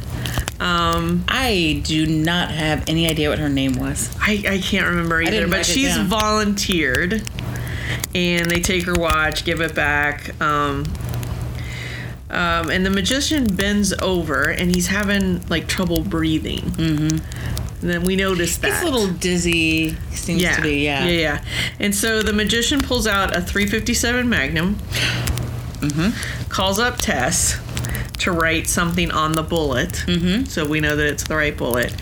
Speaker 1: Um,
Speaker 3: I do not have any idea what her name was.
Speaker 1: I, I can't remember either,
Speaker 3: didn't
Speaker 1: but
Speaker 3: write it
Speaker 1: she's
Speaker 3: down.
Speaker 1: volunteered, and they take her watch, give it back. Um, um, and the magician bends over, and he's having like trouble breathing. Mm-hmm. And then we notice that
Speaker 3: He's a little dizzy. Seems
Speaker 1: yeah.
Speaker 3: to be. Yeah.
Speaker 1: yeah, yeah. And so the magician pulls out a 357 Magnum,
Speaker 3: Mm-hmm.
Speaker 1: calls up Tess to write something on the bullet, mm-hmm. so we know that it's the right bullet,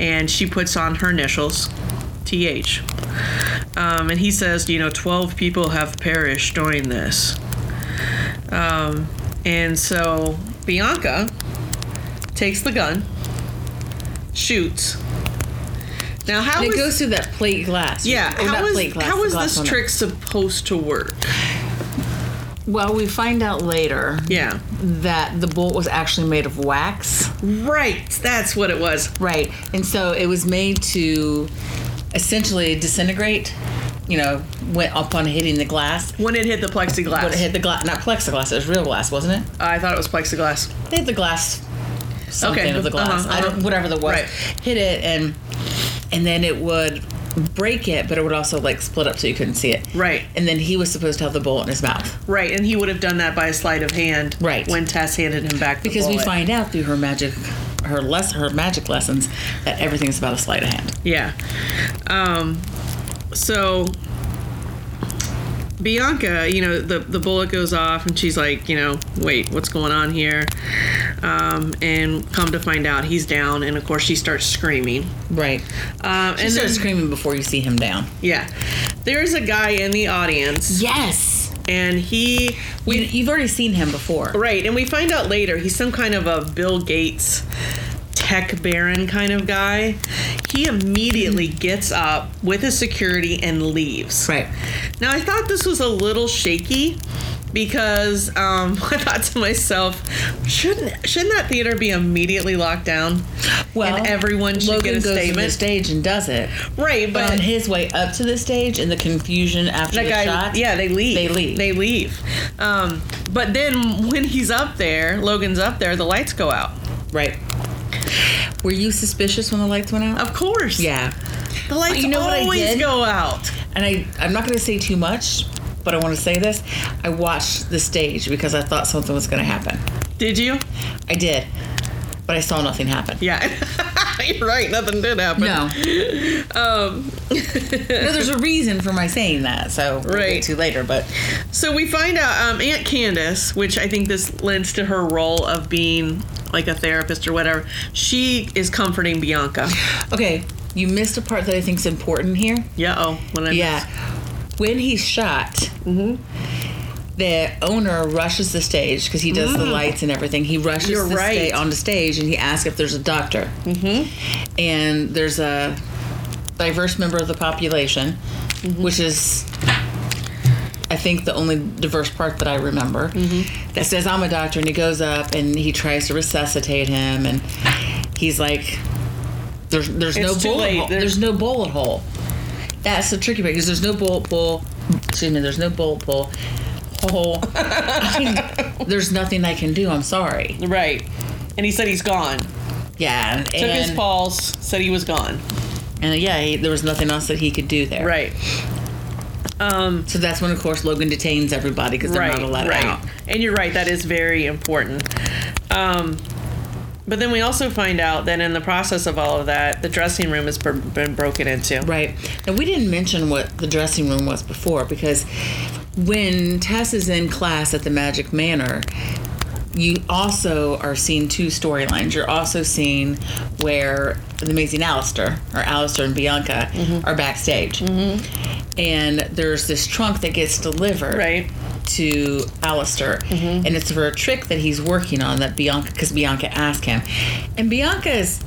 Speaker 1: and she puts on her initials, TH. Um, and he says, you know, 12 people have perished during this. Um, and so Bianca takes the gun, shoots. Now, how
Speaker 3: And it
Speaker 1: is-
Speaker 3: goes through that plate glass.
Speaker 1: yeah,
Speaker 3: Or
Speaker 1: how
Speaker 3: not
Speaker 1: is,
Speaker 3: plate glass,
Speaker 1: how
Speaker 3: the
Speaker 1: is
Speaker 3: glass
Speaker 1: this
Speaker 3: on it.
Speaker 1: trick supposed to work?
Speaker 3: Well, we find out later
Speaker 1: Yeah.
Speaker 3: that the bolt was actually made of wax.
Speaker 1: Right, that's what it was.
Speaker 3: Right. And so it was made to essentially disintegrate, you know, went upon hitting the glass.
Speaker 1: When it hit the plexiglass.
Speaker 3: But it hit the glass, not plexiglass, it was real glass, wasn't it?
Speaker 1: I thought it was plexiglass.
Speaker 3: They hit the glass, something
Speaker 1: Okay.
Speaker 3: of the glass,
Speaker 1: Uh-huh,
Speaker 3: I
Speaker 1: uh-huh.
Speaker 3: don't, whatever that was,
Speaker 1: Right.
Speaker 3: hit it and and then it would break it, but it would also like split up so you couldn't see it.
Speaker 1: Right.
Speaker 3: And then he was supposed to have the bolt in his mouth
Speaker 1: Right, and he would have done that by a sleight of hand.
Speaker 3: Right.
Speaker 1: When Tess handed him back the
Speaker 3: because we
Speaker 1: bullet.
Speaker 3: find out through her magic, her less her magic lessons that everything's about a sleight of hand.
Speaker 1: Yeah. Um, so Bianca, you know, the, the bullet goes off and she's like, you know, wait, what's going on here? Um, and come to find out he's down and of course she starts screaming.
Speaker 3: Right.
Speaker 1: Um,
Speaker 3: And
Speaker 1: and
Speaker 3: start
Speaker 1: then,
Speaker 3: screaming before you see him down.
Speaker 1: yeah, there's a guy in the audience
Speaker 3: Yes.
Speaker 1: and he
Speaker 3: We, you've already seen him before.
Speaker 1: right and we find out later he's some kind of a bill gates tech baron kind of guy he immediately gets up with his security and leaves
Speaker 3: Right.
Speaker 1: now i thought this was a little shaky because um, (laughs) I thought to myself, shouldn't shouldn't that theater be immediately locked down?
Speaker 3: Well,
Speaker 1: and everyone should
Speaker 3: Logan
Speaker 1: get a
Speaker 3: goes to the
Speaker 1: statement,
Speaker 3: stage and does it.
Speaker 1: right?
Speaker 3: But on
Speaker 1: But
Speaker 3: his way up to the stage and the confusion after
Speaker 1: that
Speaker 3: the
Speaker 1: guy
Speaker 3: shot.
Speaker 1: yeah they leave
Speaker 3: They leave.
Speaker 1: they leave um, but then when he's up there logan's up there the lights go out
Speaker 3: Right. Were you suspicious when the lights went out?
Speaker 1: of course
Speaker 3: yeah.
Speaker 1: the lights
Speaker 3: You know what I
Speaker 1: always
Speaker 3: did?
Speaker 1: go out
Speaker 3: And I, I'm not going to say too much, but I want to say this. I watched the stage because I thought something was going to happen.
Speaker 1: did you
Speaker 3: I did, but I saw nothing happen.
Speaker 1: yeah (laughs) you're right nothing did happen
Speaker 3: (laughs) No.
Speaker 1: um,
Speaker 3: (laughs) no, there's a reason for my saying that, so we'll
Speaker 1: Right.
Speaker 3: get to later. But
Speaker 1: so we find out um, aunt candace which i think this lends to her role of being like a therapist or whatever she is comforting
Speaker 3: (sighs)
Speaker 1: bianca
Speaker 3: okay, you missed a part that I think is important here.
Speaker 1: yeah oh when i
Speaker 3: Yeah, when he's shot,
Speaker 1: Mm-hmm.
Speaker 3: the owner rushes the stage because he does the lights and everything. He rushes
Speaker 1: Mm. You're
Speaker 3: the
Speaker 1: right.
Speaker 3: sta- on the stage and he asks if there's a doctor. Mm-hmm. And there's a diverse member of the population,
Speaker 1: Mm-hmm.
Speaker 3: which is. I think the only diverse part that I remember
Speaker 1: Mm-hmm.
Speaker 3: that says I'm a doctor, and he goes up and he tries to resuscitate him, and he's like, "There's there's no
Speaker 1: It's too
Speaker 3: bullet
Speaker 1: late.
Speaker 3: hole.
Speaker 1: There's-
Speaker 3: there's no bullet hole." That's the tricky part because there's no bullet pull. Excuse me, there's no bullet pull. Hole.
Speaker 1: (laughs)
Speaker 3: there's nothing I can do. I'm sorry.
Speaker 1: right and he said he's gone
Speaker 3: Yeah, and,
Speaker 1: took his pulse said he was gone
Speaker 3: and yeah, he, there was nothing else that he could do there.
Speaker 1: right um
Speaker 3: So that's when, of course, Logan detains everybody because they're
Speaker 1: right,
Speaker 3: not allowed
Speaker 1: right.
Speaker 3: out.
Speaker 1: And you're right, that is very important. Um, but then we also find out that in the process of all of that, the dressing room has br- been broken into.
Speaker 3: Right. Now we didn't mention what the dressing room was before because when Tess is in class at the Magic Manor, you also are seeing two storylines. You're also seeing where the amazing Alistair or Alistair and Bianca are backstage. And there's this trunk that gets delivered
Speaker 1: Right.
Speaker 3: to Alistair. And it's for a trick that he's working on that Bianca, because Bianca asked him. And Bianca is,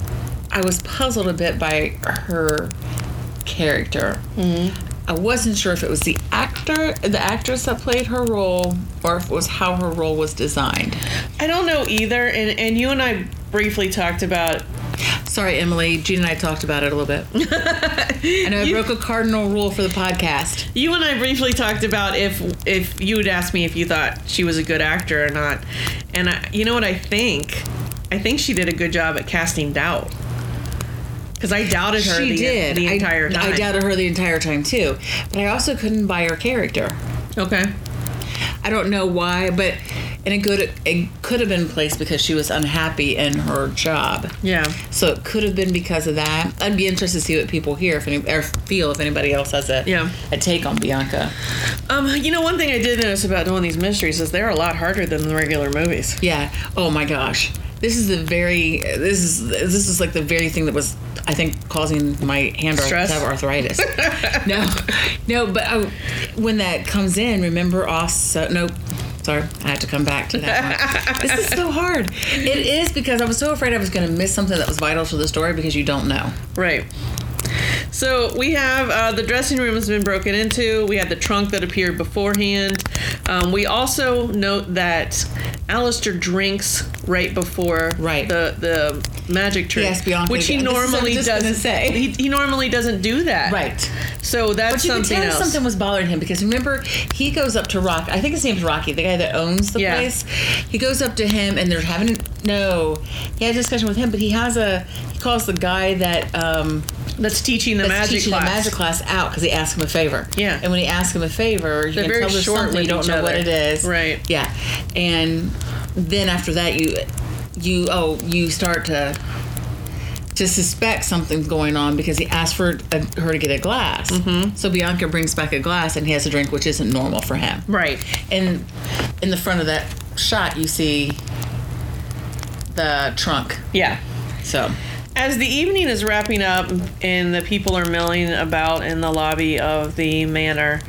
Speaker 3: I was puzzled a bit by her character. I wasn't sure if it was the actor, the actress that played her role, or if it was how her role was designed.
Speaker 1: I don't know either. And and you and I briefly talked about
Speaker 3: Sorry, Emily. Gene and I talked about it a little
Speaker 1: (laughs)
Speaker 3: bit. I know I broke a cardinal rule for the podcast.
Speaker 1: you and I briefly talked about if if you would ask me if you thought she was a good actor or not. And I, you know what I think? I think she did a good job at casting doubt. Because I doubted her
Speaker 3: she
Speaker 1: the,
Speaker 3: did
Speaker 1: the
Speaker 3: I-
Speaker 1: entire time.
Speaker 3: I doubted her the entire time too, but I also couldn't buy her character.
Speaker 1: Okay.
Speaker 3: I don't know why, but and it could it could have been placed because she was unhappy in her job.
Speaker 1: Yeah.
Speaker 3: So it could have been because of that. I'd be interested to see what people hear if any or feel if anybody else has a
Speaker 1: Yeah.
Speaker 3: a take on Bianca.
Speaker 1: Um, you know, one thing I did notice about doing these mysteries is they're a lot harder than the regular movies.
Speaker 3: Yeah. Oh my gosh. This is the very this is this is like the very thing that was I think causing my hand to
Speaker 1: Stress?
Speaker 3: have arthritis. no, no. But I, when that comes in, remember also nope. Sorry, I had to come back to that one. this is so hard. It is because I was so afraid I was going to miss something that was vital to the story because you don't know.
Speaker 1: Right. So we have uh, the dressing room has been broken into. We had the trunk that appeared beforehand. Um, we also note that Alistair drinks right before
Speaker 3: Right.
Speaker 1: the the magic trick,
Speaker 3: Yes, Bianca,
Speaker 1: which he
Speaker 3: this is what I was
Speaker 1: normally
Speaker 3: just gonna
Speaker 1: doesn't
Speaker 3: say.
Speaker 1: He, he normally doesn't do that,
Speaker 3: Right.
Speaker 1: So that's
Speaker 3: But you
Speaker 1: something
Speaker 3: could tell
Speaker 1: else.
Speaker 3: something was bothering him because remember he goes up to Rock. I think his name's Rocky, the guy that owns the
Speaker 1: Yeah.
Speaker 3: place. He goes up to him and they're having no. He had a discussion with him, but he has a he calls the guy that um,
Speaker 1: that's teaching the
Speaker 3: that's
Speaker 1: magic
Speaker 3: teaching
Speaker 1: class.
Speaker 3: the magic class out because he asked him a favor.
Speaker 1: Yeah.
Speaker 3: and when he asks him a favor, you
Speaker 1: They're
Speaker 3: can
Speaker 1: very
Speaker 3: tell there's
Speaker 1: short
Speaker 3: something
Speaker 1: with
Speaker 3: you don't
Speaker 1: each
Speaker 3: know what
Speaker 1: other.
Speaker 3: it is.
Speaker 1: Right.
Speaker 3: Yeah, and then after that you you oh you start to to suspect something's going on because he asked for a, her to get a glass.
Speaker 1: Mm-hmm.
Speaker 3: So Bianca brings back a glass and he has a drink which isn't normal for him.
Speaker 1: Right.
Speaker 3: And in the front of that shot, you see the trunk.
Speaker 1: Yeah.
Speaker 3: So
Speaker 1: As the evening is wrapping up and the people are milling about in the lobby of the manor,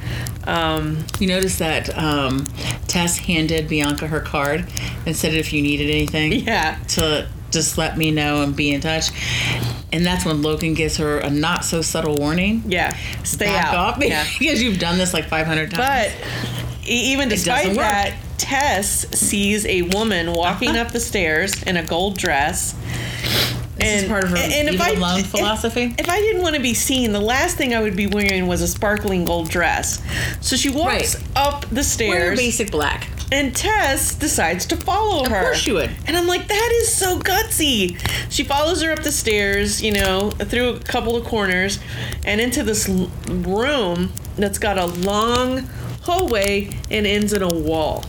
Speaker 1: um,
Speaker 3: you notice that um, Tess handed Bianca her card and said if you needed
Speaker 1: (laughs)
Speaker 3: anything.
Speaker 1: yeah,
Speaker 3: to just let me know and be in touch. And that's when Logan gives her a not so subtle warning.
Speaker 1: yeah, stay
Speaker 3: Back
Speaker 1: out.
Speaker 3: off (laughs)
Speaker 1: Yeah.
Speaker 3: because you've done this like 500 times.
Speaker 1: But e- even despite
Speaker 3: doesn't work.
Speaker 1: that, Tess sees a woman walking
Speaker 3: Uh-huh.
Speaker 1: up the stairs in a gold dress.
Speaker 3: this is part of her leave it alone
Speaker 1: if-
Speaker 3: philosophy.
Speaker 1: If, I didn't want to be seen, the last thing I would be wearing was a sparkling gold dress. So she walks
Speaker 3: Right.
Speaker 1: up the
Speaker 3: Wear
Speaker 1: stairs,
Speaker 3: basic black.
Speaker 1: and Tess decides to follow her.
Speaker 3: Of course you would.
Speaker 1: And I'm like, that is so gutsy. She follows her up the stairs, you know, through a couple of corners and into this l- room that's got a long hallway and ends in a wall.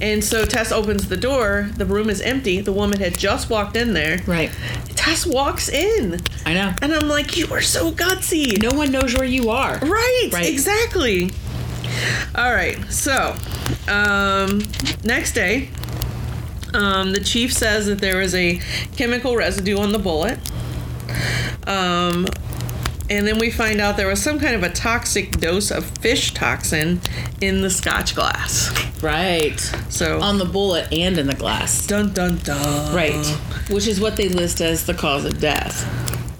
Speaker 1: And so Tess opens the door. The room is empty. The woman had just walked in there.
Speaker 3: Right.
Speaker 1: Tess walks in.
Speaker 3: I know.
Speaker 1: And I'm like, you are so gutsy.
Speaker 3: No one knows where you are.
Speaker 1: Right,
Speaker 3: Right.
Speaker 1: exactly. All right, so um, next day, um, the chief says that there was a chemical residue on the bullet. Um, and then we find out there was some kind of a toxic dose of fish toxin in the scotch glass.
Speaker 3: Right.
Speaker 1: So,
Speaker 3: On the bullet and in the glass.
Speaker 1: dun dun dun.
Speaker 3: Um, Right.
Speaker 1: Uh-huh.
Speaker 3: Which is what they list as the cause of death.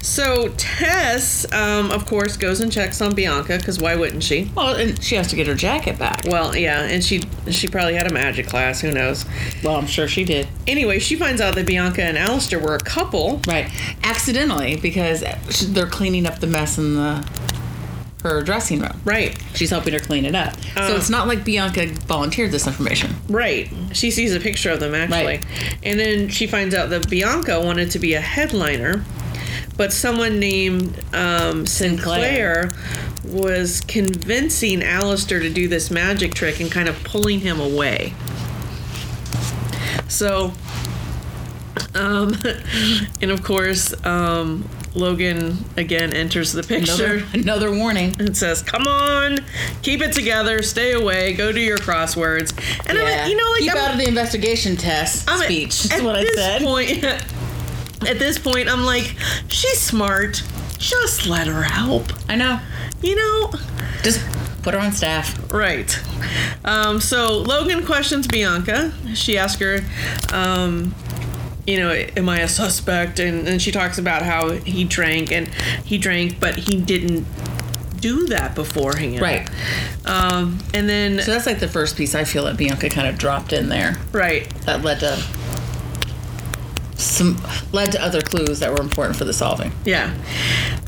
Speaker 1: So, Tess, um, of course, goes and checks on Bianca because why wouldn't she?
Speaker 3: Well, and she has to get her jacket back.
Speaker 1: Well, yeah, and she she probably had a magic class. Who knows?
Speaker 3: Well, I'm sure she did.
Speaker 1: Anyway, she finds out that Bianca and Alistair were a couple.
Speaker 3: Right. Accidentally, because she- they're cleaning up the mess in the her dressing room.
Speaker 1: Right,
Speaker 3: She's helping her clean it up. so
Speaker 1: Oh.
Speaker 3: it's not like Bianca volunteered this information.
Speaker 1: right. She sees a picture of them actually.
Speaker 3: Right.
Speaker 1: And then she finds out that Bianca wanted to be a headliner, but someone named um, Sinclair.
Speaker 3: Sinclair.
Speaker 1: was convincing Alistair to do this magic trick and kind of pulling him away. (laughs) So, um, and of course, um, Logan again enters the picture
Speaker 3: Another, another warning.
Speaker 1: and says, "Come on, keep it together, stay away, go do your crosswords." And I'm
Speaker 3: Yeah.
Speaker 1: like, you know, like
Speaker 3: keep
Speaker 1: I'm-
Speaker 3: out of the investigation test
Speaker 1: I'm at-
Speaker 3: speech.
Speaker 1: At,
Speaker 3: is what I
Speaker 1: this
Speaker 3: said.
Speaker 1: point, (laughs) at this point, I'm like, she's smart. Just let her help.
Speaker 3: I know.
Speaker 1: You know,
Speaker 3: Just put her on staff.
Speaker 1: Right. Um, so Logan questions Bianca. She asks her, um, you know, am I a suspect? And, and she talks about how he drank and he drank, but he didn't do that beforehand.
Speaker 3: Right.
Speaker 1: Um, and then,
Speaker 3: So that's like the first piece I feel that Bianca kind of dropped in there
Speaker 1: right.
Speaker 3: that led to some led to other clues that were important for the solving.
Speaker 1: Yeah.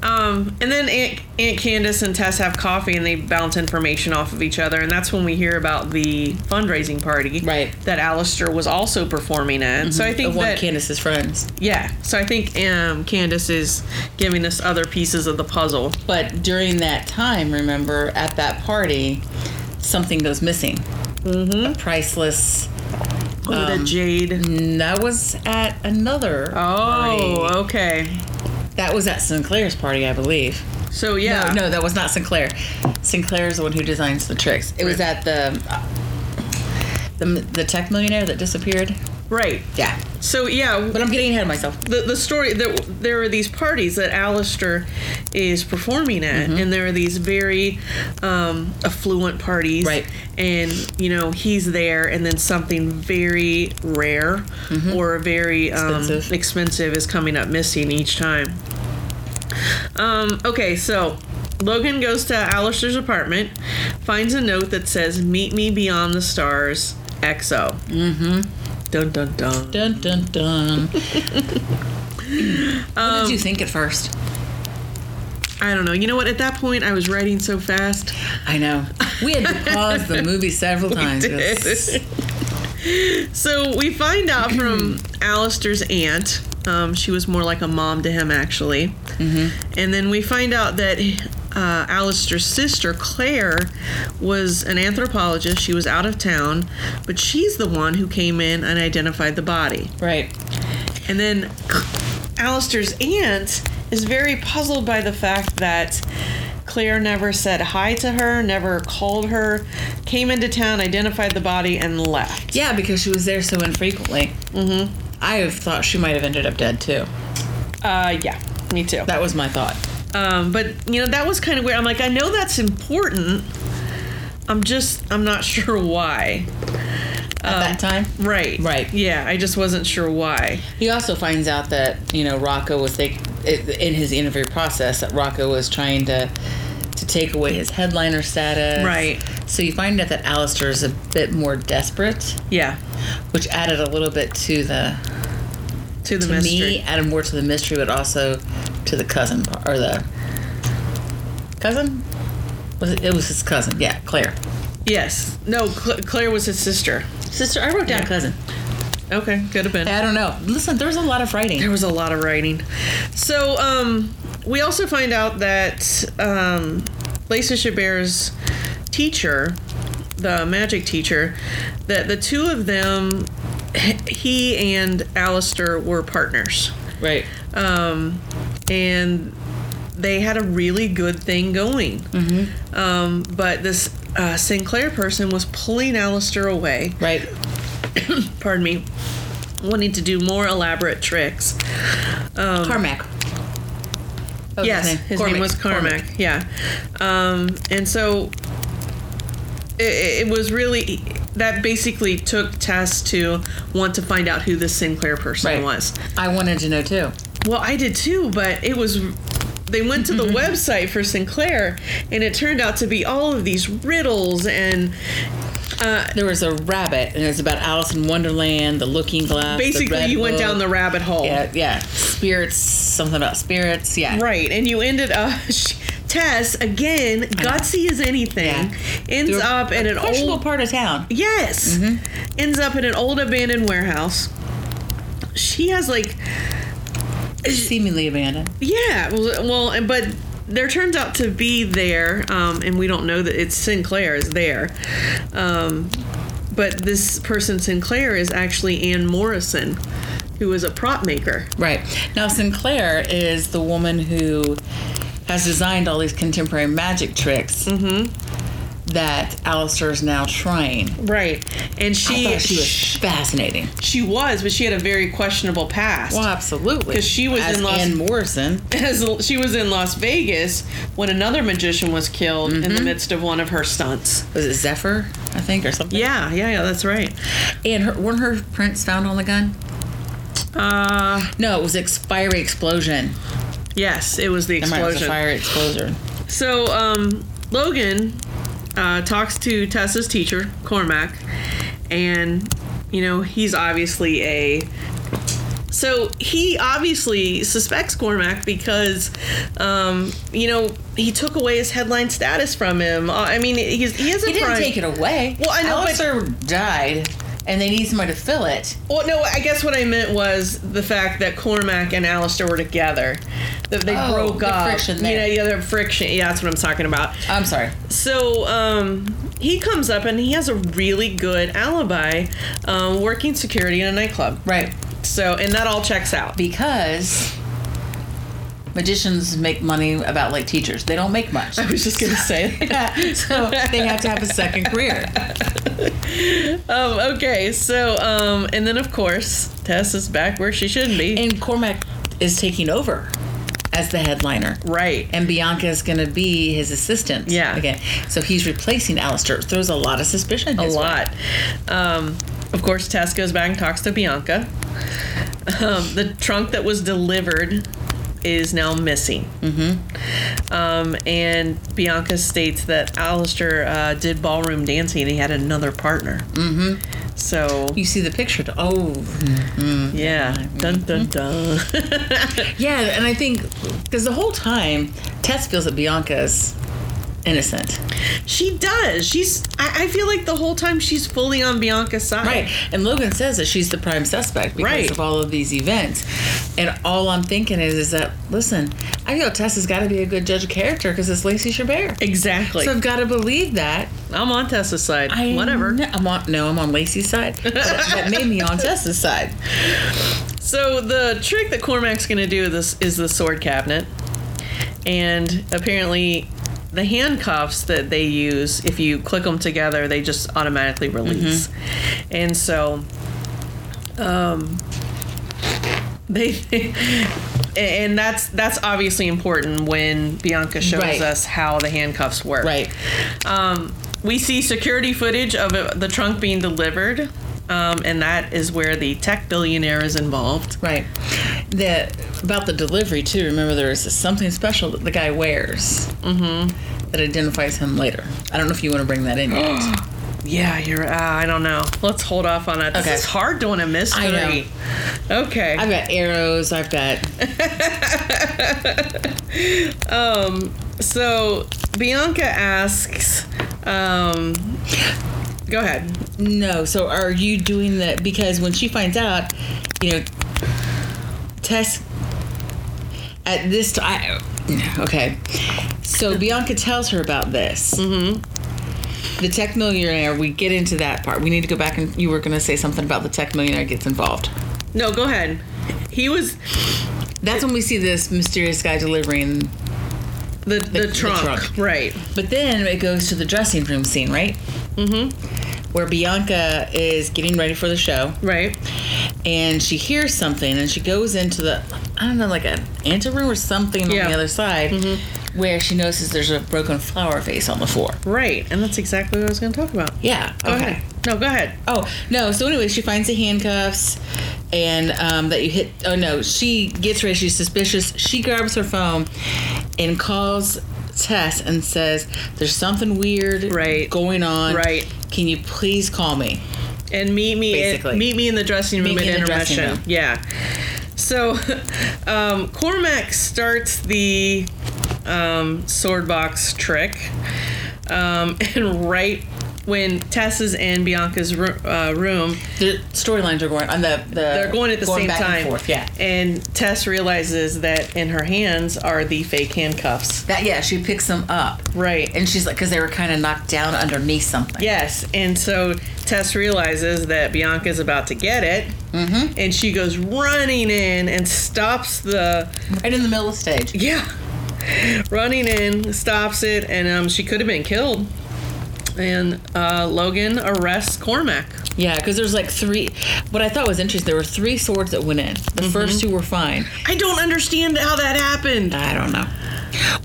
Speaker 1: Um, and then Aunt, Aunt Candace and Tess have coffee and they bounce information off of each other. And that's when we hear about the fundraising party
Speaker 3: Right. Mm-hmm.
Speaker 1: that Alistair was also performing at. So I think
Speaker 3: Of one
Speaker 1: that,
Speaker 3: of Candace's friends.
Speaker 1: Yeah, so I think um, Candace is giving us other pieces of the puzzle.
Speaker 3: But during that time, remember, at that party, something goes missing. Mm-hmm. A priceless.
Speaker 1: Oh, the jade.
Speaker 3: and That was at another.
Speaker 1: Oh,
Speaker 3: party.
Speaker 1: okay.
Speaker 3: That was at Sinclair's party, I believe.
Speaker 1: So yeah,
Speaker 3: No, no, that was not Sinclair. Sinclair is the one who designs the tricks. It was at the the the tech millionaire that disappeared.
Speaker 1: right.
Speaker 3: Yeah,
Speaker 1: So yeah,
Speaker 3: but I'm getting ahead of myself.
Speaker 1: the, the story there, there are these parties that Alistair is performing at,
Speaker 3: Mm-hmm.
Speaker 1: and there are these very um, affluent parties,
Speaker 3: Right.
Speaker 1: And you know he's there, and then something very rare or very um,
Speaker 3: Mm-hmm. Expensive.
Speaker 1: expensive is coming up missing each time. Um, okay, so Logan goes to Alistair's apartment, finds a note that says, "Meet me beyond the stars, XO." Mm-hmm. Dun dun dun.
Speaker 3: Dun dun dun. what did you think at first?
Speaker 1: I don't know. You know what? At that point, I was writing so fast.
Speaker 3: I know we had to pause the movie several times.
Speaker 1: did.
Speaker 3: 'cause-
Speaker 1: So we find out from Alistair's aunt. Um, she was more like a mom to him, actually. And then we find out that uh, Alistair's sister, Claire, was an anthropologist. She was out of town, but she's the one who came in and identified the body.
Speaker 3: Right.
Speaker 1: And then Alistair's aunt is very puzzled by the fact that Claire never said hi to her, never called her, came into town, identified the body, and left.
Speaker 3: Yeah, because she was there so infrequently. Mm-hmm. I have thought she might have ended up dead too.
Speaker 1: Uh, yeah, me too.
Speaker 3: That was my thought.
Speaker 1: Um, but you know that was kind of weird. I'm like, I know that's important. I'm just, I'm not (laughs) sure why.
Speaker 3: At that time,
Speaker 1: Right.
Speaker 3: Right.
Speaker 1: Yeah, I just wasn't sure why.
Speaker 3: Um, He also finds out that you know Rocco was think in his interview process that Rocco was trying to to take away his headliner status.
Speaker 1: Right.
Speaker 3: So you find out that Alistair is a bit more desperate,
Speaker 1: Yeah.
Speaker 3: which added a little bit to the
Speaker 1: To the
Speaker 3: to
Speaker 1: mystery.
Speaker 3: me added more to the mystery, but also to the cousin par- or the cousin. Was it, it was his cousin? Yeah, Claire.
Speaker 1: Yes. No, Cl- Claire was his sister.
Speaker 3: Sister, I wrote down cousin.
Speaker 1: Okay, could have been.
Speaker 3: I don't know. Listen, there's a lot of
Speaker 1: There
Speaker 3: writing.
Speaker 1: was a lot of writing. So, um, we also find out that um, Lacey Chabert's teacher, the magic teacher, that the two of them, he and Alistair were partners.
Speaker 3: Right.
Speaker 1: And they had a really good thing going. Um, but this uh, Sinclair person was pulling Alistair away
Speaker 3: Right.
Speaker 1: pardon me, wanting to do more elaborate tricks.
Speaker 3: Carmack. Oh,
Speaker 1: Um, yes, his, name, was Carmack. Yeah, um, and so it, it was really that basically took Tess to want to find out who this Sinclair person
Speaker 3: Right.
Speaker 1: was.
Speaker 3: I wanted to know too.
Speaker 1: Well, I did too, but it was. They went to
Speaker 3: (laughs)
Speaker 1: the website for Sinclair, and it turned out to be all of these riddles and
Speaker 3: There was a rabbit, and it was about Alice in Wonderland, the Looking Glass. the
Speaker 1: basically
Speaker 3: Red
Speaker 1: you went
Speaker 3: Book.
Speaker 1: down the rabbit hole.
Speaker 3: yeah, yeah spirits, something about spirits. Yeah,
Speaker 1: Right, and you ended up. (laughs) Tess again, gutsy as anything,
Speaker 3: Yeah.
Speaker 1: ends
Speaker 3: Through a-
Speaker 1: up in an
Speaker 3: Questionable
Speaker 1: old
Speaker 3: part
Speaker 1: (clears throat)
Speaker 3: of town.
Speaker 1: Yes.
Speaker 3: Mm-hmm.
Speaker 1: Ends up in an old abandoned warehouse. She has like
Speaker 3: Seemingly abandoned.
Speaker 1: yeah, well, well, and- but there turns out to be there, um, and we don't know that it's Sinclair is there. Um, but this person Sinclair is actually Anne Morrison, who was a prop maker.
Speaker 3: Right. Now, Sinclair is the woman who has designed all these contemporary magic tricks
Speaker 1: Mm-hmm.
Speaker 3: that Alistair is now trying.
Speaker 1: Right. And
Speaker 3: I
Speaker 1: she
Speaker 3: thought she was fascinating.
Speaker 1: she was, but she had a very questionable past.
Speaker 3: Well, absolutely.
Speaker 1: 'Cause she was
Speaker 3: As
Speaker 1: in Los-
Speaker 3: Ann Morrison.
Speaker 1: As she was in Las Vegas when another magician was killed in
Speaker 3: Mm-hmm.
Speaker 1: the midst of one of her stunts.
Speaker 3: Was it Zephyr, I think, or something?
Speaker 1: Yeah, yeah, yeah, that's right.
Speaker 3: And her, weren't her prints found on the gun?
Speaker 1: Uh,
Speaker 3: No, it was ex- fiery explosion.
Speaker 1: yes, it was the
Speaker 3: Am I right? It was a
Speaker 1: explosion.
Speaker 3: fiery explosion.
Speaker 1: So um, Logan uh, talks to Tessa's teacher, Cormac, and you know he's obviously a. So he obviously suspects Cormac because, um, you know, he took away his headline status from him. Uh, I mean, he's, he has a
Speaker 3: He didn't
Speaker 1: prime-
Speaker 3: take it away.
Speaker 1: Well, I know, but-
Speaker 3: Alistair died, and they need somebody to fill it.
Speaker 1: Well, no, I guess what I meant was the fact that Cormac and Alistair were together. That they
Speaker 3: Oh,
Speaker 1: broke
Speaker 3: the
Speaker 1: up.
Speaker 3: friction
Speaker 1: You know,
Speaker 3: there.
Speaker 1: the other friction. Yeah, that's what I'm talking about.
Speaker 3: I'm sorry.
Speaker 1: So um, he comes up and he has a really good alibi um, working security in a nightclub.
Speaker 3: Right.
Speaker 1: So, and that all checks out. (laughs)
Speaker 3: Because magicians make money about like teachers. They don't make (laughs) much.
Speaker 1: I was just going to say
Speaker 3: (laughs)
Speaker 1: that.
Speaker 3: so they have to have a second career.
Speaker 1: Um, okay, so, um, and then of course, Tess is back where she should be.
Speaker 3: And Cormac is taking over as the headliner.
Speaker 1: right.
Speaker 3: And Bianca is going to be his assistant.
Speaker 1: Yeah.
Speaker 3: Again. So he's replacing Alistair. Throws a lot of suspicion.
Speaker 1: a
Speaker 3: his way.
Speaker 1: lot. Um, of course, Tess goes back and talks to Bianca. Um, the trunk that was delivered is now missing. Mm-hmm. Um, and Bianca states that Alistair uh, did ballroom dancing and he had another partner. Mm-hmm. So,
Speaker 3: You see the picture. Oh,
Speaker 1: yeah. Dun, dun, dun.
Speaker 3: yeah. And I think because the whole time Tess feels that Bianca's innocent,
Speaker 1: she does. She's, I, I feel like the whole time she's fully on Bianca's side.
Speaker 3: right? And Logan says that she's the prime suspect because
Speaker 1: Right.
Speaker 3: of all of these events. And all I'm thinking is, is that listen, I know Tess has got to be a good judge of character because it's Lacey Chabert.
Speaker 1: Exactly.
Speaker 3: So I've got to believe that.
Speaker 1: I'm on Tessa's side.
Speaker 3: I
Speaker 1: Whatever.
Speaker 3: kn- I'm on, no, I'm on Lacey's side. But that made me on Tess's side.
Speaker 1: So the trick that Cormac's going to do this is the sword cabinet, and apparently, the handcuffs that they use, if you click them together, they just automatically
Speaker 3: Mm-hmm.
Speaker 1: release, and so, um, they. (laughs) And that's that's obviously important when Bianca shows
Speaker 3: Right.
Speaker 1: us how the handcuffs work.
Speaker 3: Right.
Speaker 1: Um, we see security footage of uh, the trunk being delivered, um, and that is where the tech billionaire is involved.
Speaker 3: Right. The about the delivery too. Remember, there is something special that the guy wears that identifies him later. I don't know if you want to bring that in yet.
Speaker 1: Yeah, you're. Uh, I don't know. Let's hold off on that. This
Speaker 3: Okay.
Speaker 1: is hard doing a mystery.
Speaker 3: I
Speaker 1: Okay.
Speaker 3: I've got arrows. I've got
Speaker 1: so Bianca asks. Um, go ahead.
Speaker 3: no. So are you doing that? Because when she finds out, you know, Tess. At this time, okay. (laughs) So Bianca tells her about this. Mm-hmm. The tech millionaire. We get into that part. We need to go back and you were going to say something about the tech millionaire gets involved.
Speaker 1: No, go ahead. He was
Speaker 3: That's when we see this mysterious guy delivering.
Speaker 1: the the,
Speaker 3: the
Speaker 1: trunk.
Speaker 3: trunk.
Speaker 1: right?
Speaker 3: But then it goes to the dressing room scene, right? Mm-hmm. Where Bianca is getting ready for the show,
Speaker 1: Right.
Speaker 3: and she hears something, and she goes into the, I don't know, like an anteroom or something
Speaker 1: Yeah. Mm-hmm.
Speaker 3: on the other side, where she notices there's a broken flower vase on the floor.
Speaker 1: Right. And that's exactly what I was going to talk about.
Speaker 3: Yeah.
Speaker 1: Go ahead. No, go ahead.
Speaker 3: Oh no! So anyway, she finds the handcuffs, and um, that you hit. Oh no! She gets ready. She's suspicious. She grabs her phone, and calls Tess and says, "There's something weird
Speaker 1: Right.
Speaker 3: going on.
Speaker 1: Right.
Speaker 3: Can you please call me?"
Speaker 1: and meet me
Speaker 3: Basically.
Speaker 1: meet me in the dressing room
Speaker 3: Meet
Speaker 1: at
Speaker 3: me in the dressing
Speaker 1: intermission.
Speaker 3: room.
Speaker 1: Yeah. So (laughs) um, Cormac starts the um, sword box trick, um, (laughs) and right when Tess is in Bianca's ro- uh, room,
Speaker 3: The storylines are going on the, the
Speaker 1: they're going at the same
Speaker 3: back
Speaker 1: time.
Speaker 3: And forth. Yeah.
Speaker 1: And Tess realizes that in her hands are the fake handcuffs.
Speaker 3: That yeah, she picks them up.
Speaker 1: Right.
Speaker 3: And she's like, because they were kind of knocked down underneath something.
Speaker 1: Yes, and so Tess realizes that Bianca's about to get it, and she goes running in and stops the
Speaker 3: Right in the middle of the stage.
Speaker 1: yeah, running in stops it, and um, she could have been killed. And uh, Logan arrests Cormac.
Speaker 3: Yeah, because there's like three. What I thought was interesting, there were three swords that went in. The first two were fine.
Speaker 1: I don't understand how that happened.
Speaker 3: I don't know.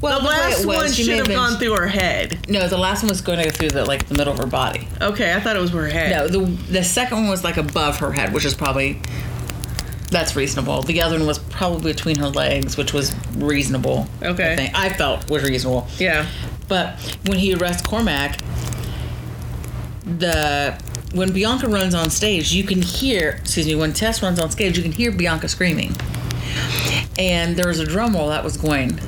Speaker 3: Well,
Speaker 1: the
Speaker 3: way
Speaker 1: last
Speaker 3: it was,
Speaker 1: one
Speaker 3: she
Speaker 1: should
Speaker 3: may
Speaker 1: have
Speaker 3: been-
Speaker 1: gone through her head.
Speaker 3: No, the last one was going to go through the like the middle of her body.
Speaker 1: Okay, I thought it was her head.
Speaker 3: No, the the second one was like above her head, which is probably that's reasonable. The other one was probably between her legs, which was reasonable.
Speaker 1: Okay.
Speaker 3: I, think. I felt was reasonable.
Speaker 1: Yeah.
Speaker 3: But when he arrests Cormac, the when Bianca runs on stage, you can hear excuse me, when Tess runs on stage, you can hear Bianca screaming. And there was a drum roll that was going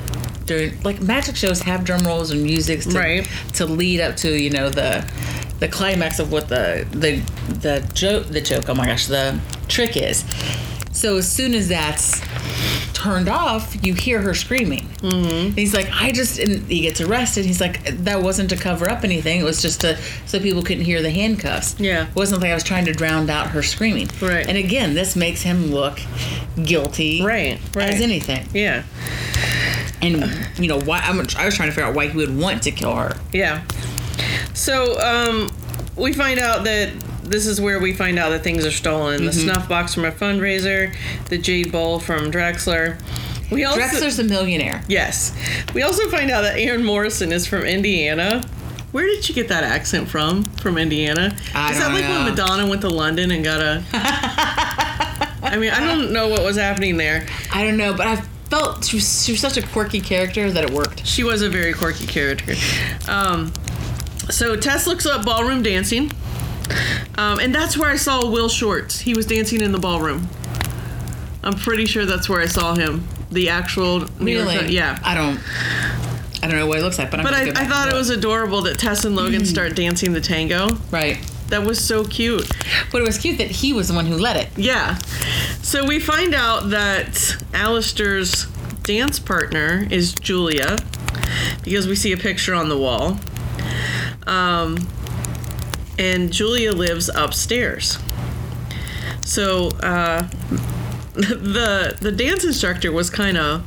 Speaker 3: during like magic shows have drum rolls and music to,
Speaker 1: Right.
Speaker 3: to lead up to, you know, the the climax of what the the the joke the joke, oh my gosh, the trick is. So as soon as that's turned off, you hear her screaming.
Speaker 1: Mm-hmm.
Speaker 3: And he's like, I just, and he gets arrested. He's like, that wasn't to cover up anything. It was just to, so people couldn't hear the handcuffs.
Speaker 1: Yeah.
Speaker 3: It wasn't like I was trying to drown out her screaming.
Speaker 1: Right.
Speaker 3: And again, this makes him look guilty.
Speaker 1: Right, right.
Speaker 3: As anything.
Speaker 1: Yeah.
Speaker 3: And, you know, why, I'm, I was trying to figure out why he would want to kill her.
Speaker 1: Yeah. So um, we find out that this is where we find out that things are stolen: the
Speaker 3: Mm-hmm.
Speaker 1: snuff box from a fundraiser, the jade bowl from Drexler. We also
Speaker 3: Drexler's a millionaire.
Speaker 1: yes. We also find out that Aaron Morrison is from Indiana. Where did you get that accent from? From Indiana?
Speaker 3: I
Speaker 1: is that
Speaker 3: don't
Speaker 1: like when
Speaker 3: know.
Speaker 1: Madonna went to London and got
Speaker 3: (laughs)
Speaker 1: a? I mean, I don't know what was happening there.
Speaker 3: I don't know, but I felt she was, she was such a quirky character that it worked.
Speaker 1: She was a very quirky character. Um, so Tess looks up ballroom dancing, um, and that's where I saw Will Shorts. He was dancing in the ballroom. I'm pretty sure that's where I saw him. The actual New York
Speaker 3: Really?
Speaker 1: Times- yeah.
Speaker 3: I don't. I don't know what it looks like, but I'm
Speaker 1: But
Speaker 3: gonna
Speaker 1: I,
Speaker 3: go back
Speaker 1: I
Speaker 3: and
Speaker 1: thought it
Speaker 3: look.
Speaker 1: was adorable that Tess and
Speaker 3: (clears throat)
Speaker 1: Logan start dancing the tango.
Speaker 3: right.
Speaker 1: That was so cute.
Speaker 3: But it was cute that he was the one who led it.
Speaker 1: Yeah. So we find out that Alistair's dance partner is Julia because we see a picture on the wall. Um, and Julia lives upstairs. So uh, (laughs) the the dance instructor was kind of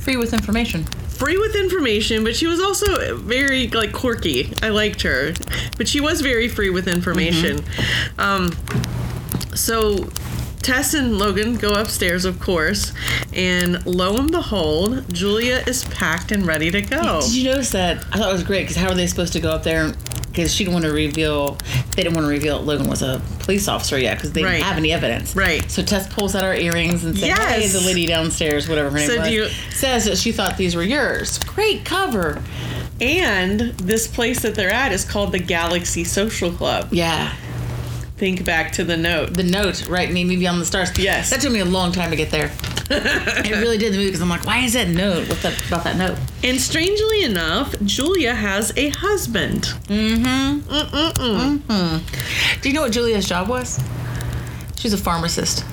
Speaker 3: Free with information.
Speaker 1: free with information, but she was also very like quirky. I liked her, but she was very free with information. Um, so Tess and Logan go upstairs, of course, and lo and behold, Julia is packed and ready to go.
Speaker 3: Did you notice that? I thought it was great because how are they supposed to go up there? Because she didn't want to reveal. They didn't want to reveal that Logan was a police officer yet because they
Speaker 1: Right.
Speaker 3: didn't have any evidence.
Speaker 1: Right.
Speaker 3: So Tess pulls out her earrings and says, "Hey,
Speaker 1: Yes.
Speaker 3: the lady downstairs, whatever her name
Speaker 1: So do
Speaker 3: was,
Speaker 1: you-
Speaker 3: says that she thought these were yours. Great cover.
Speaker 1: And this place that they're at is called the Galaxy Social Club.
Speaker 3: Yeah.
Speaker 1: Think back to the note.
Speaker 3: The note, right? Meet me beyond the stars.
Speaker 1: Yes.
Speaker 3: That took me a long time to
Speaker 1: (laughs)
Speaker 3: get there. it really did the movie because I'm like, why is that note? What's that about that note?
Speaker 1: And strangely enough, Julia has a husband.
Speaker 3: Do you know what Julia's job was? She was a pharmacist.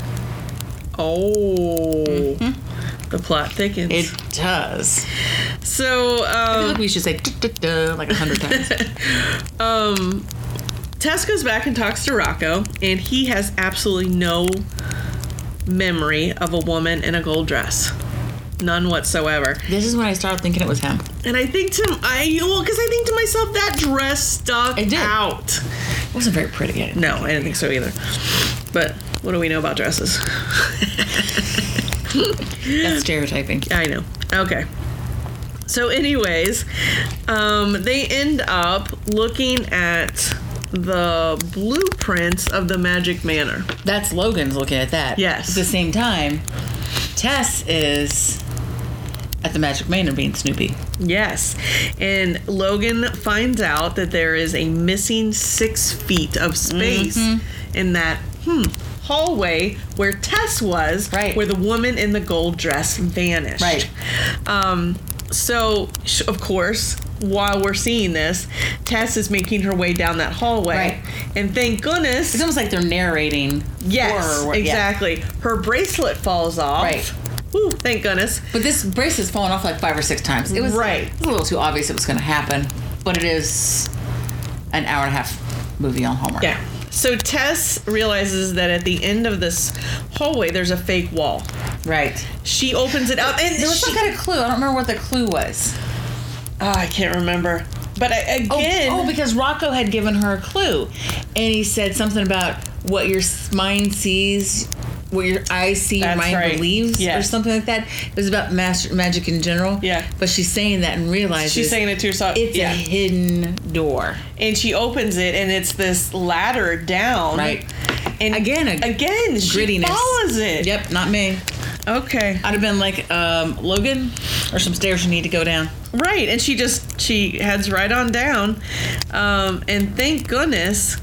Speaker 1: Oh. The plot thickens.
Speaker 3: It does.
Speaker 1: So
Speaker 3: I feel
Speaker 1: um,
Speaker 3: like we should say duh, duh, duh, like a hundred (laughs) times.
Speaker 1: um, Tess goes back and talks to Rocco, and he has absolutely no memory of a woman in a gold dress. None whatsoever.
Speaker 3: this is when I started thinking it was him.
Speaker 1: And I think to I well, because I think to myself that dress stuck
Speaker 3: It did.
Speaker 1: out.
Speaker 3: It wasn't very pretty.
Speaker 1: No, I didn't think so either. But what do we know about dresses?
Speaker 3: That's stereotyping.
Speaker 1: I know. Okay. So, anyways, um, they end up looking at the blueprints of the Magic Manor.
Speaker 3: That's Logan's looking at that.
Speaker 1: Yes.
Speaker 3: At the same time, Tess is at the Magic Manor being Snoopy.
Speaker 1: Yes. And Logan finds out that there is a missing six feet of space
Speaker 3: Mm-hmm.
Speaker 1: in that hmm, hallway where Tess was,
Speaker 3: Right.
Speaker 1: where the woman in the gold dress vanished.
Speaker 3: Right.
Speaker 1: Um, so, sh- of course, while we're seeing this, Tess is making her way down that hallway.
Speaker 3: Right.
Speaker 1: And thank goodness.
Speaker 3: It's almost like they're narrating.
Speaker 1: Yes,
Speaker 3: horror, what- yeah.
Speaker 1: exactly. Her bracelet falls off.
Speaker 3: Right.
Speaker 1: Ooh, thank goodness.
Speaker 3: But this bracelet's fallen off like five or six times. It was
Speaker 1: Right.
Speaker 3: It was a little too obvious it was going to happen, but it is an hour and a half movie on Hallmark.
Speaker 1: Yeah. So Tess realizes that at the end of this hallway, there's a fake wall.
Speaker 3: Right.
Speaker 1: She opens it up, and
Speaker 3: There was
Speaker 1: she,
Speaker 3: some kind of clue. I don't remember what the clue was.
Speaker 1: Oh, I can't remember. But I,
Speaker 3: Oh,
Speaker 1: again,
Speaker 3: oh, because Rocco had given her a clue, and he said something about what your s- mind sees, what your eyes see, your
Speaker 1: That's
Speaker 3: mind
Speaker 1: right.
Speaker 3: believes,
Speaker 1: Yeah.
Speaker 3: or something like that. It was about mas- magic in general.
Speaker 1: Yeah.
Speaker 3: But she's saying that and realizes
Speaker 1: she's saying it to herself.
Speaker 3: it's a hidden door.
Speaker 1: and she opens it, and it's this ladder down.
Speaker 3: Right.
Speaker 1: And
Speaker 3: Again, a
Speaker 1: again, she
Speaker 3: grittiness.
Speaker 1: follows it.
Speaker 3: Yep, not me.
Speaker 1: Okay.
Speaker 3: I'd have been like, um, Logan, or some stairs you need to go down.
Speaker 1: Right, and she just she heads right on down, um, and thank goodness,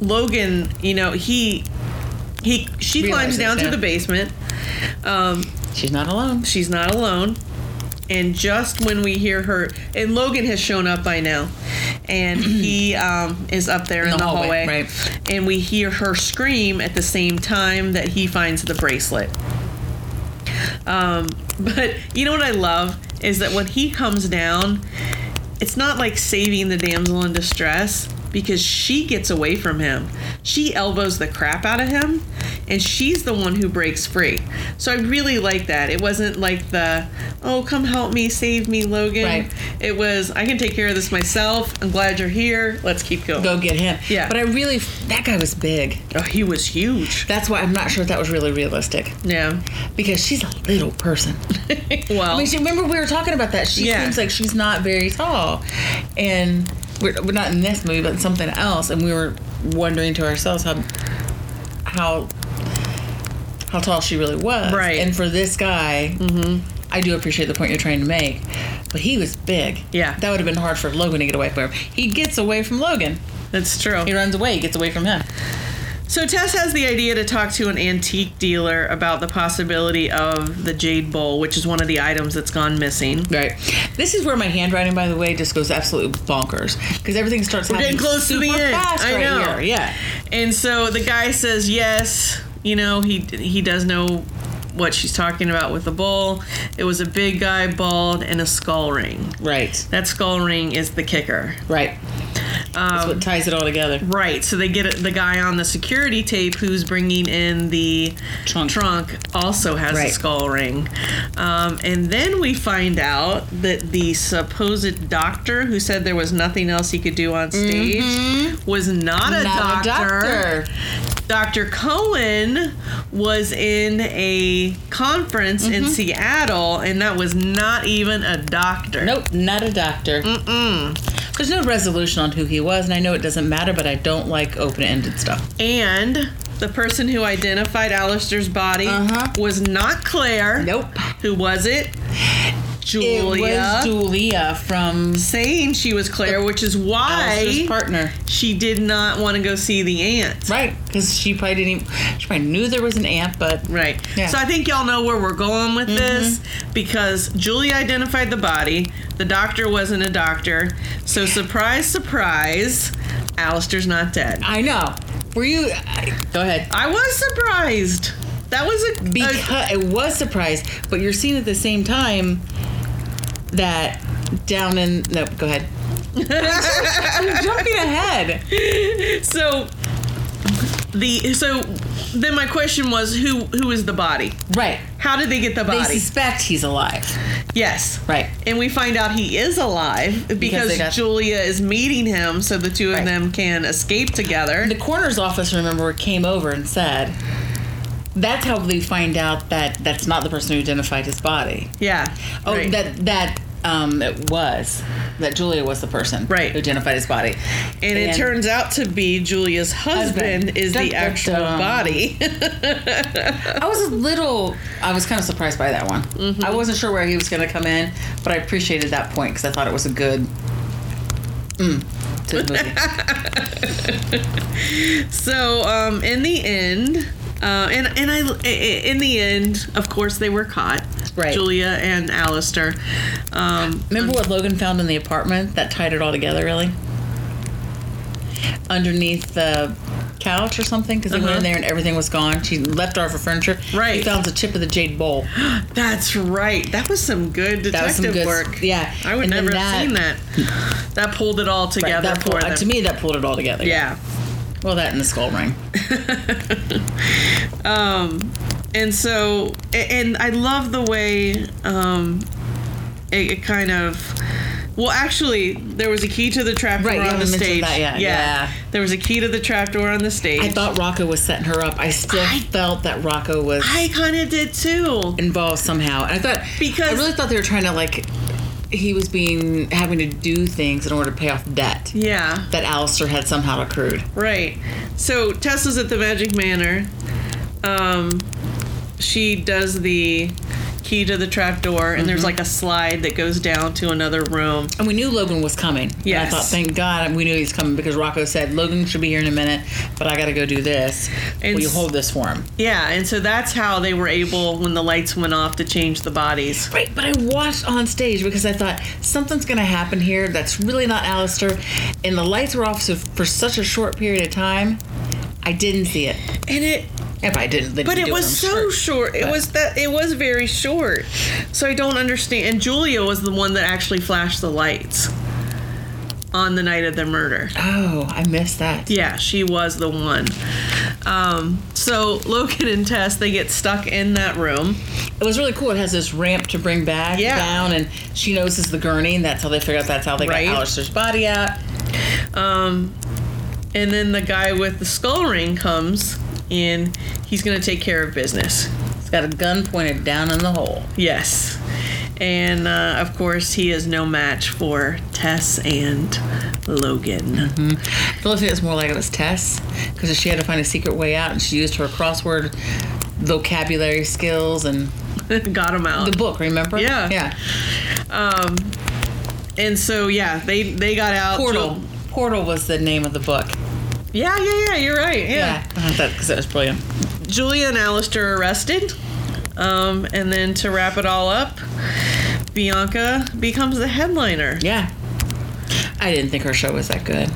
Speaker 1: Logan. You know he he she climbs
Speaker 3: Realizes,
Speaker 1: down to
Speaker 3: yeah.
Speaker 1: the basement. Um,
Speaker 3: She's not alone.
Speaker 1: she's not alone, and just when we hear her, and Logan has shown up by now, (clears throat) and he um, is up there in, the, hallway,
Speaker 3: right.
Speaker 1: and we hear her scream at the same time that he finds the bracelet. Um, (laughs) but you know what I love is that when he comes down, it's not like saving the damsel in distress because she gets away from him. She elbows the crap out of him, and she's the one who breaks free. So I really like that. It wasn't like the oh come help me, save me, Logan.
Speaker 3: Right.
Speaker 1: It was I can take care of this myself. I'm glad you're here. Let's keep going.
Speaker 3: Go get him.
Speaker 1: Yeah.
Speaker 3: But I really, that guy was big.
Speaker 1: Oh, he was huge.
Speaker 3: That's why I'm not sure if that was really realistic.
Speaker 1: Yeah.
Speaker 3: Because she's a little person.
Speaker 1: Well,
Speaker 3: I mean, she, remember we were talking about that. She
Speaker 1: Yeah.
Speaker 3: seems like she's not very tall, and we're, we're not in this movie, but in something else. And we were wondering to ourselves how how how tall she really was.
Speaker 1: Right. Mm-hmm.
Speaker 3: And for this guy, I do appreciate the point you're trying to make, but he was big.
Speaker 1: Yeah.
Speaker 3: That would have been hard for Logan to get away from him. He gets away from Logan.
Speaker 1: that's true.
Speaker 3: He runs away. He gets away from him.
Speaker 1: So Tess has the idea to talk to an antique dealer about the possibility of the jade bowl, which is one of the items that's gone missing.
Speaker 3: Right. This is where my handwriting, by the way, just goes absolutely bonkers because everything starts We're
Speaker 1: getting close to the end.
Speaker 3: Fast
Speaker 1: I
Speaker 3: right
Speaker 1: know.
Speaker 3: Here. Yeah.
Speaker 1: And so the guy says yes. You know, he he does know what she's talking about with the bowl. It was a big guy, bald, and a skull ring.
Speaker 3: Right.
Speaker 1: That skull ring is the kicker.
Speaker 3: Right. That's
Speaker 1: Um,
Speaker 3: what ties it all together.
Speaker 1: Right. So they get the guy on the security tape who's bringing in the
Speaker 3: Trunk.
Speaker 1: trunk also has a
Speaker 3: Right.
Speaker 1: skull ring. Um, and then we find out that the supposed doctor who said there was nothing else he could do on stage was not, a,
Speaker 3: Mm-hmm. Not a
Speaker 1: doctor.
Speaker 3: doctor.
Speaker 1: Dr. Cohen was in a conference
Speaker 3: Mm-hmm.
Speaker 1: in Seattle, and that was not even a doctor.
Speaker 3: Nope, not a doctor. Mm-mm. There's no resolution on who he was, and I know it doesn't matter, but I don't like open-ended stuff.
Speaker 1: And the person who identified Alistair's body
Speaker 3: Uh-huh.
Speaker 1: was not Claire. Who was it?
Speaker 3: It
Speaker 1: Julia.
Speaker 3: was Julia from
Speaker 1: saying she was Claire, which is
Speaker 3: Alistair's
Speaker 1: why
Speaker 3: partner.
Speaker 1: she did not want to go see the aunt.
Speaker 3: Right, because she probably didn't even, she probably knew there was an aunt, but
Speaker 1: Right.
Speaker 3: Yeah. Mm-hmm.
Speaker 1: So I think y'all know where we're going with this because Julie identified the body. The doctor wasn't a doctor. So surprise, surprise, Alistair's not dead.
Speaker 3: I know. Were you? I, go ahead.
Speaker 1: I was surprised. That was a, a-
Speaker 3: Because it was surprised, but you're seeing at the same time that down in no, go (laughs) ahead. I'm jumping ahead.
Speaker 1: so the so then my question was who who is the body?
Speaker 3: Right.
Speaker 1: How did they get the
Speaker 3: They
Speaker 1: body?
Speaker 3: suspect he's alive.
Speaker 1: yes.
Speaker 3: Right.
Speaker 1: and we find out he is alive because,
Speaker 3: they got-
Speaker 1: Julia is meeting him, so the two of
Speaker 3: Right.
Speaker 1: them can escape together.
Speaker 3: The coroner's office, remember, came over and said, "That's how they find out that that's not the person who identified his body.
Speaker 1: yeah.
Speaker 3: Oh,
Speaker 1: Right.
Speaker 3: that that um, it was that Julia was the person
Speaker 1: Right.
Speaker 3: who identified his body,
Speaker 1: and, it turns out to be Julia's husband,
Speaker 3: Husband.
Speaker 1: is the
Speaker 3: Dun, dun,
Speaker 1: actual
Speaker 3: dun.
Speaker 1: body. (laughs)
Speaker 3: I was a little. I was kind of surprised by that one.
Speaker 1: Mm-hmm.
Speaker 3: I wasn't sure where he was going to come in, but I appreciated that point because I thought it was a good. Mm, to the
Speaker 1: (laughs)
Speaker 3: movie.
Speaker 1: so, um, in the end, uh, and and I in the end, of course, they were caught.
Speaker 3: Right.
Speaker 1: Julia and Alistair. Um,
Speaker 3: Remember what Logan found in the apartment that tied it all together, really? Underneath the couch or something? Because they went
Speaker 1: Uh-huh.
Speaker 3: in there and everything was gone. She left all of her furniture.
Speaker 1: Right.
Speaker 3: He found the chip of the jade bowl.
Speaker 1: that's right. That was some good detective
Speaker 3: That was some good
Speaker 1: work.
Speaker 3: Yeah.
Speaker 1: I would
Speaker 3: And then
Speaker 1: never have seen that. That pulled it all
Speaker 3: Right,
Speaker 1: together
Speaker 3: that pulled,
Speaker 1: for
Speaker 3: uh,
Speaker 1: them.
Speaker 3: to me, that pulled it all together.
Speaker 1: yeah.
Speaker 3: Well, that and the
Speaker 1: (laughs)
Speaker 3: skull ring.
Speaker 1: and so a- and i love the way um it, it kind of well actually there was a key to the trapdoor
Speaker 3: Right, you
Speaker 1: on the
Speaker 3: haven't mentioned
Speaker 1: stage
Speaker 3: that yet. Yeah.
Speaker 1: there was a key to the trapdoor on the stage
Speaker 3: I thought Rocco was setting her up. I still
Speaker 1: I-
Speaker 3: felt that Rocco was
Speaker 1: i kind of did too
Speaker 3: involved somehow. And I thought
Speaker 1: Because-
Speaker 3: I really thought they were trying to like he was being having to do things in order to pay off debt
Speaker 1: yeah
Speaker 3: that Alistair had somehow accrued.
Speaker 1: right so tessa's at the magic manor um she does the key to the trapdoor and there's
Speaker 3: Mm-hmm.
Speaker 1: like a slide that goes down to another room
Speaker 3: And we knew Logan was coming. And
Speaker 1: Yes.
Speaker 3: I thought, thank God we knew he's coming because Rocco said Logan should be here in a minute, but I got to go do this.
Speaker 1: And
Speaker 3: Will you
Speaker 1: s-
Speaker 3: hold this for him?
Speaker 1: yeah and so that's how they were able when the lights went off to change the bodies
Speaker 3: Right, but I watched on stage because I thought something's going to happen here that's really not Alistair. And the lights were off so for such a short period of time. I didn't see it.
Speaker 1: and it
Speaker 3: If I didn't, they
Speaker 1: but
Speaker 3: didn't
Speaker 1: it
Speaker 3: do
Speaker 1: was
Speaker 3: I'm
Speaker 1: so
Speaker 3: sure.
Speaker 1: short it
Speaker 3: But-
Speaker 1: was that it was very short so i don't understand and julia was the one that actually flashed the lights on the night of the murder
Speaker 3: Oh, I missed that.
Speaker 1: yeah she was the one um, so logan and tess they get stuck in that room
Speaker 3: It was really cool. It has this ramp to bring back
Speaker 1: Yeah.
Speaker 3: down, and she notices the gurney, and that's how they figure out that's how they
Speaker 1: Right.
Speaker 3: got Alistair's body out.
Speaker 1: um, and then the guy with the skull ring comes in he's gonna take care of business
Speaker 3: He's got a gun pointed down in the hole.
Speaker 1: yes and uh, of course he is no match for tess and logan (laughs)
Speaker 3: Mm-hmm. The only thing that's more like it was Tess, because she had to find a secret way out, and she used her crossword vocabulary skills and
Speaker 1: got him out.
Speaker 3: the book. Remember?
Speaker 1: Yeah.
Speaker 3: yeah.
Speaker 1: and so yeah, they they got out.
Speaker 3: Portal.
Speaker 1: Ju-
Speaker 3: Portal was the name of the book.
Speaker 1: yeah, yeah, yeah. You're right. Yeah.
Speaker 3: because that was brilliant.
Speaker 1: Julia and Alistair are arrested. Um, and then to wrap it all up, Bianca becomes the headliner.
Speaker 3: Yeah. I didn't think her show was that good.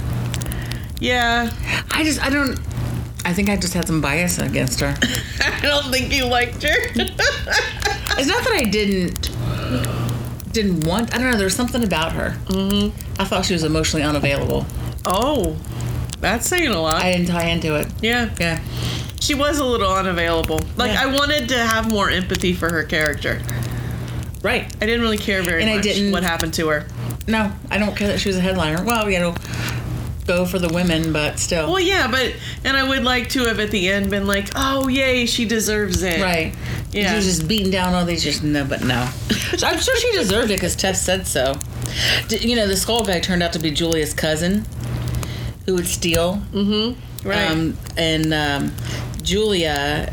Speaker 1: Yeah, (laughs)
Speaker 3: I just, I don't. I think I just had some bias against her.
Speaker 1: I don't think you liked
Speaker 3: (laughs)
Speaker 1: her.
Speaker 3: It's not that I didn't didn't want. I don't know. There's something about her. Mm-hmm. I thought she was emotionally unavailable.
Speaker 1: oh, that's saying a lot.
Speaker 3: I didn't tie into it.
Speaker 1: yeah,
Speaker 3: Yeah.
Speaker 1: she was a little unavailable. Like
Speaker 3: Yeah.
Speaker 1: I wanted to have more empathy for her character.
Speaker 3: Right.
Speaker 1: I didn't really care very
Speaker 3: And I
Speaker 1: much
Speaker 3: didn't-
Speaker 1: what happened to her.
Speaker 3: No, I don't care that she was a headliner. Well, you know, go for the women, but still.
Speaker 1: Well, yeah, but and I would like to have at the end been like, oh yay, she deserves it.
Speaker 3: Right.
Speaker 1: Yeah.
Speaker 3: She was just beating down all these, just no, but
Speaker 1: (laughs)
Speaker 3: no. So I'm sure she deserved it because Tess said so. D- you know, the skull guy turned out to be Julia's cousin who would steal.
Speaker 1: Right.
Speaker 3: Um, and um, Julia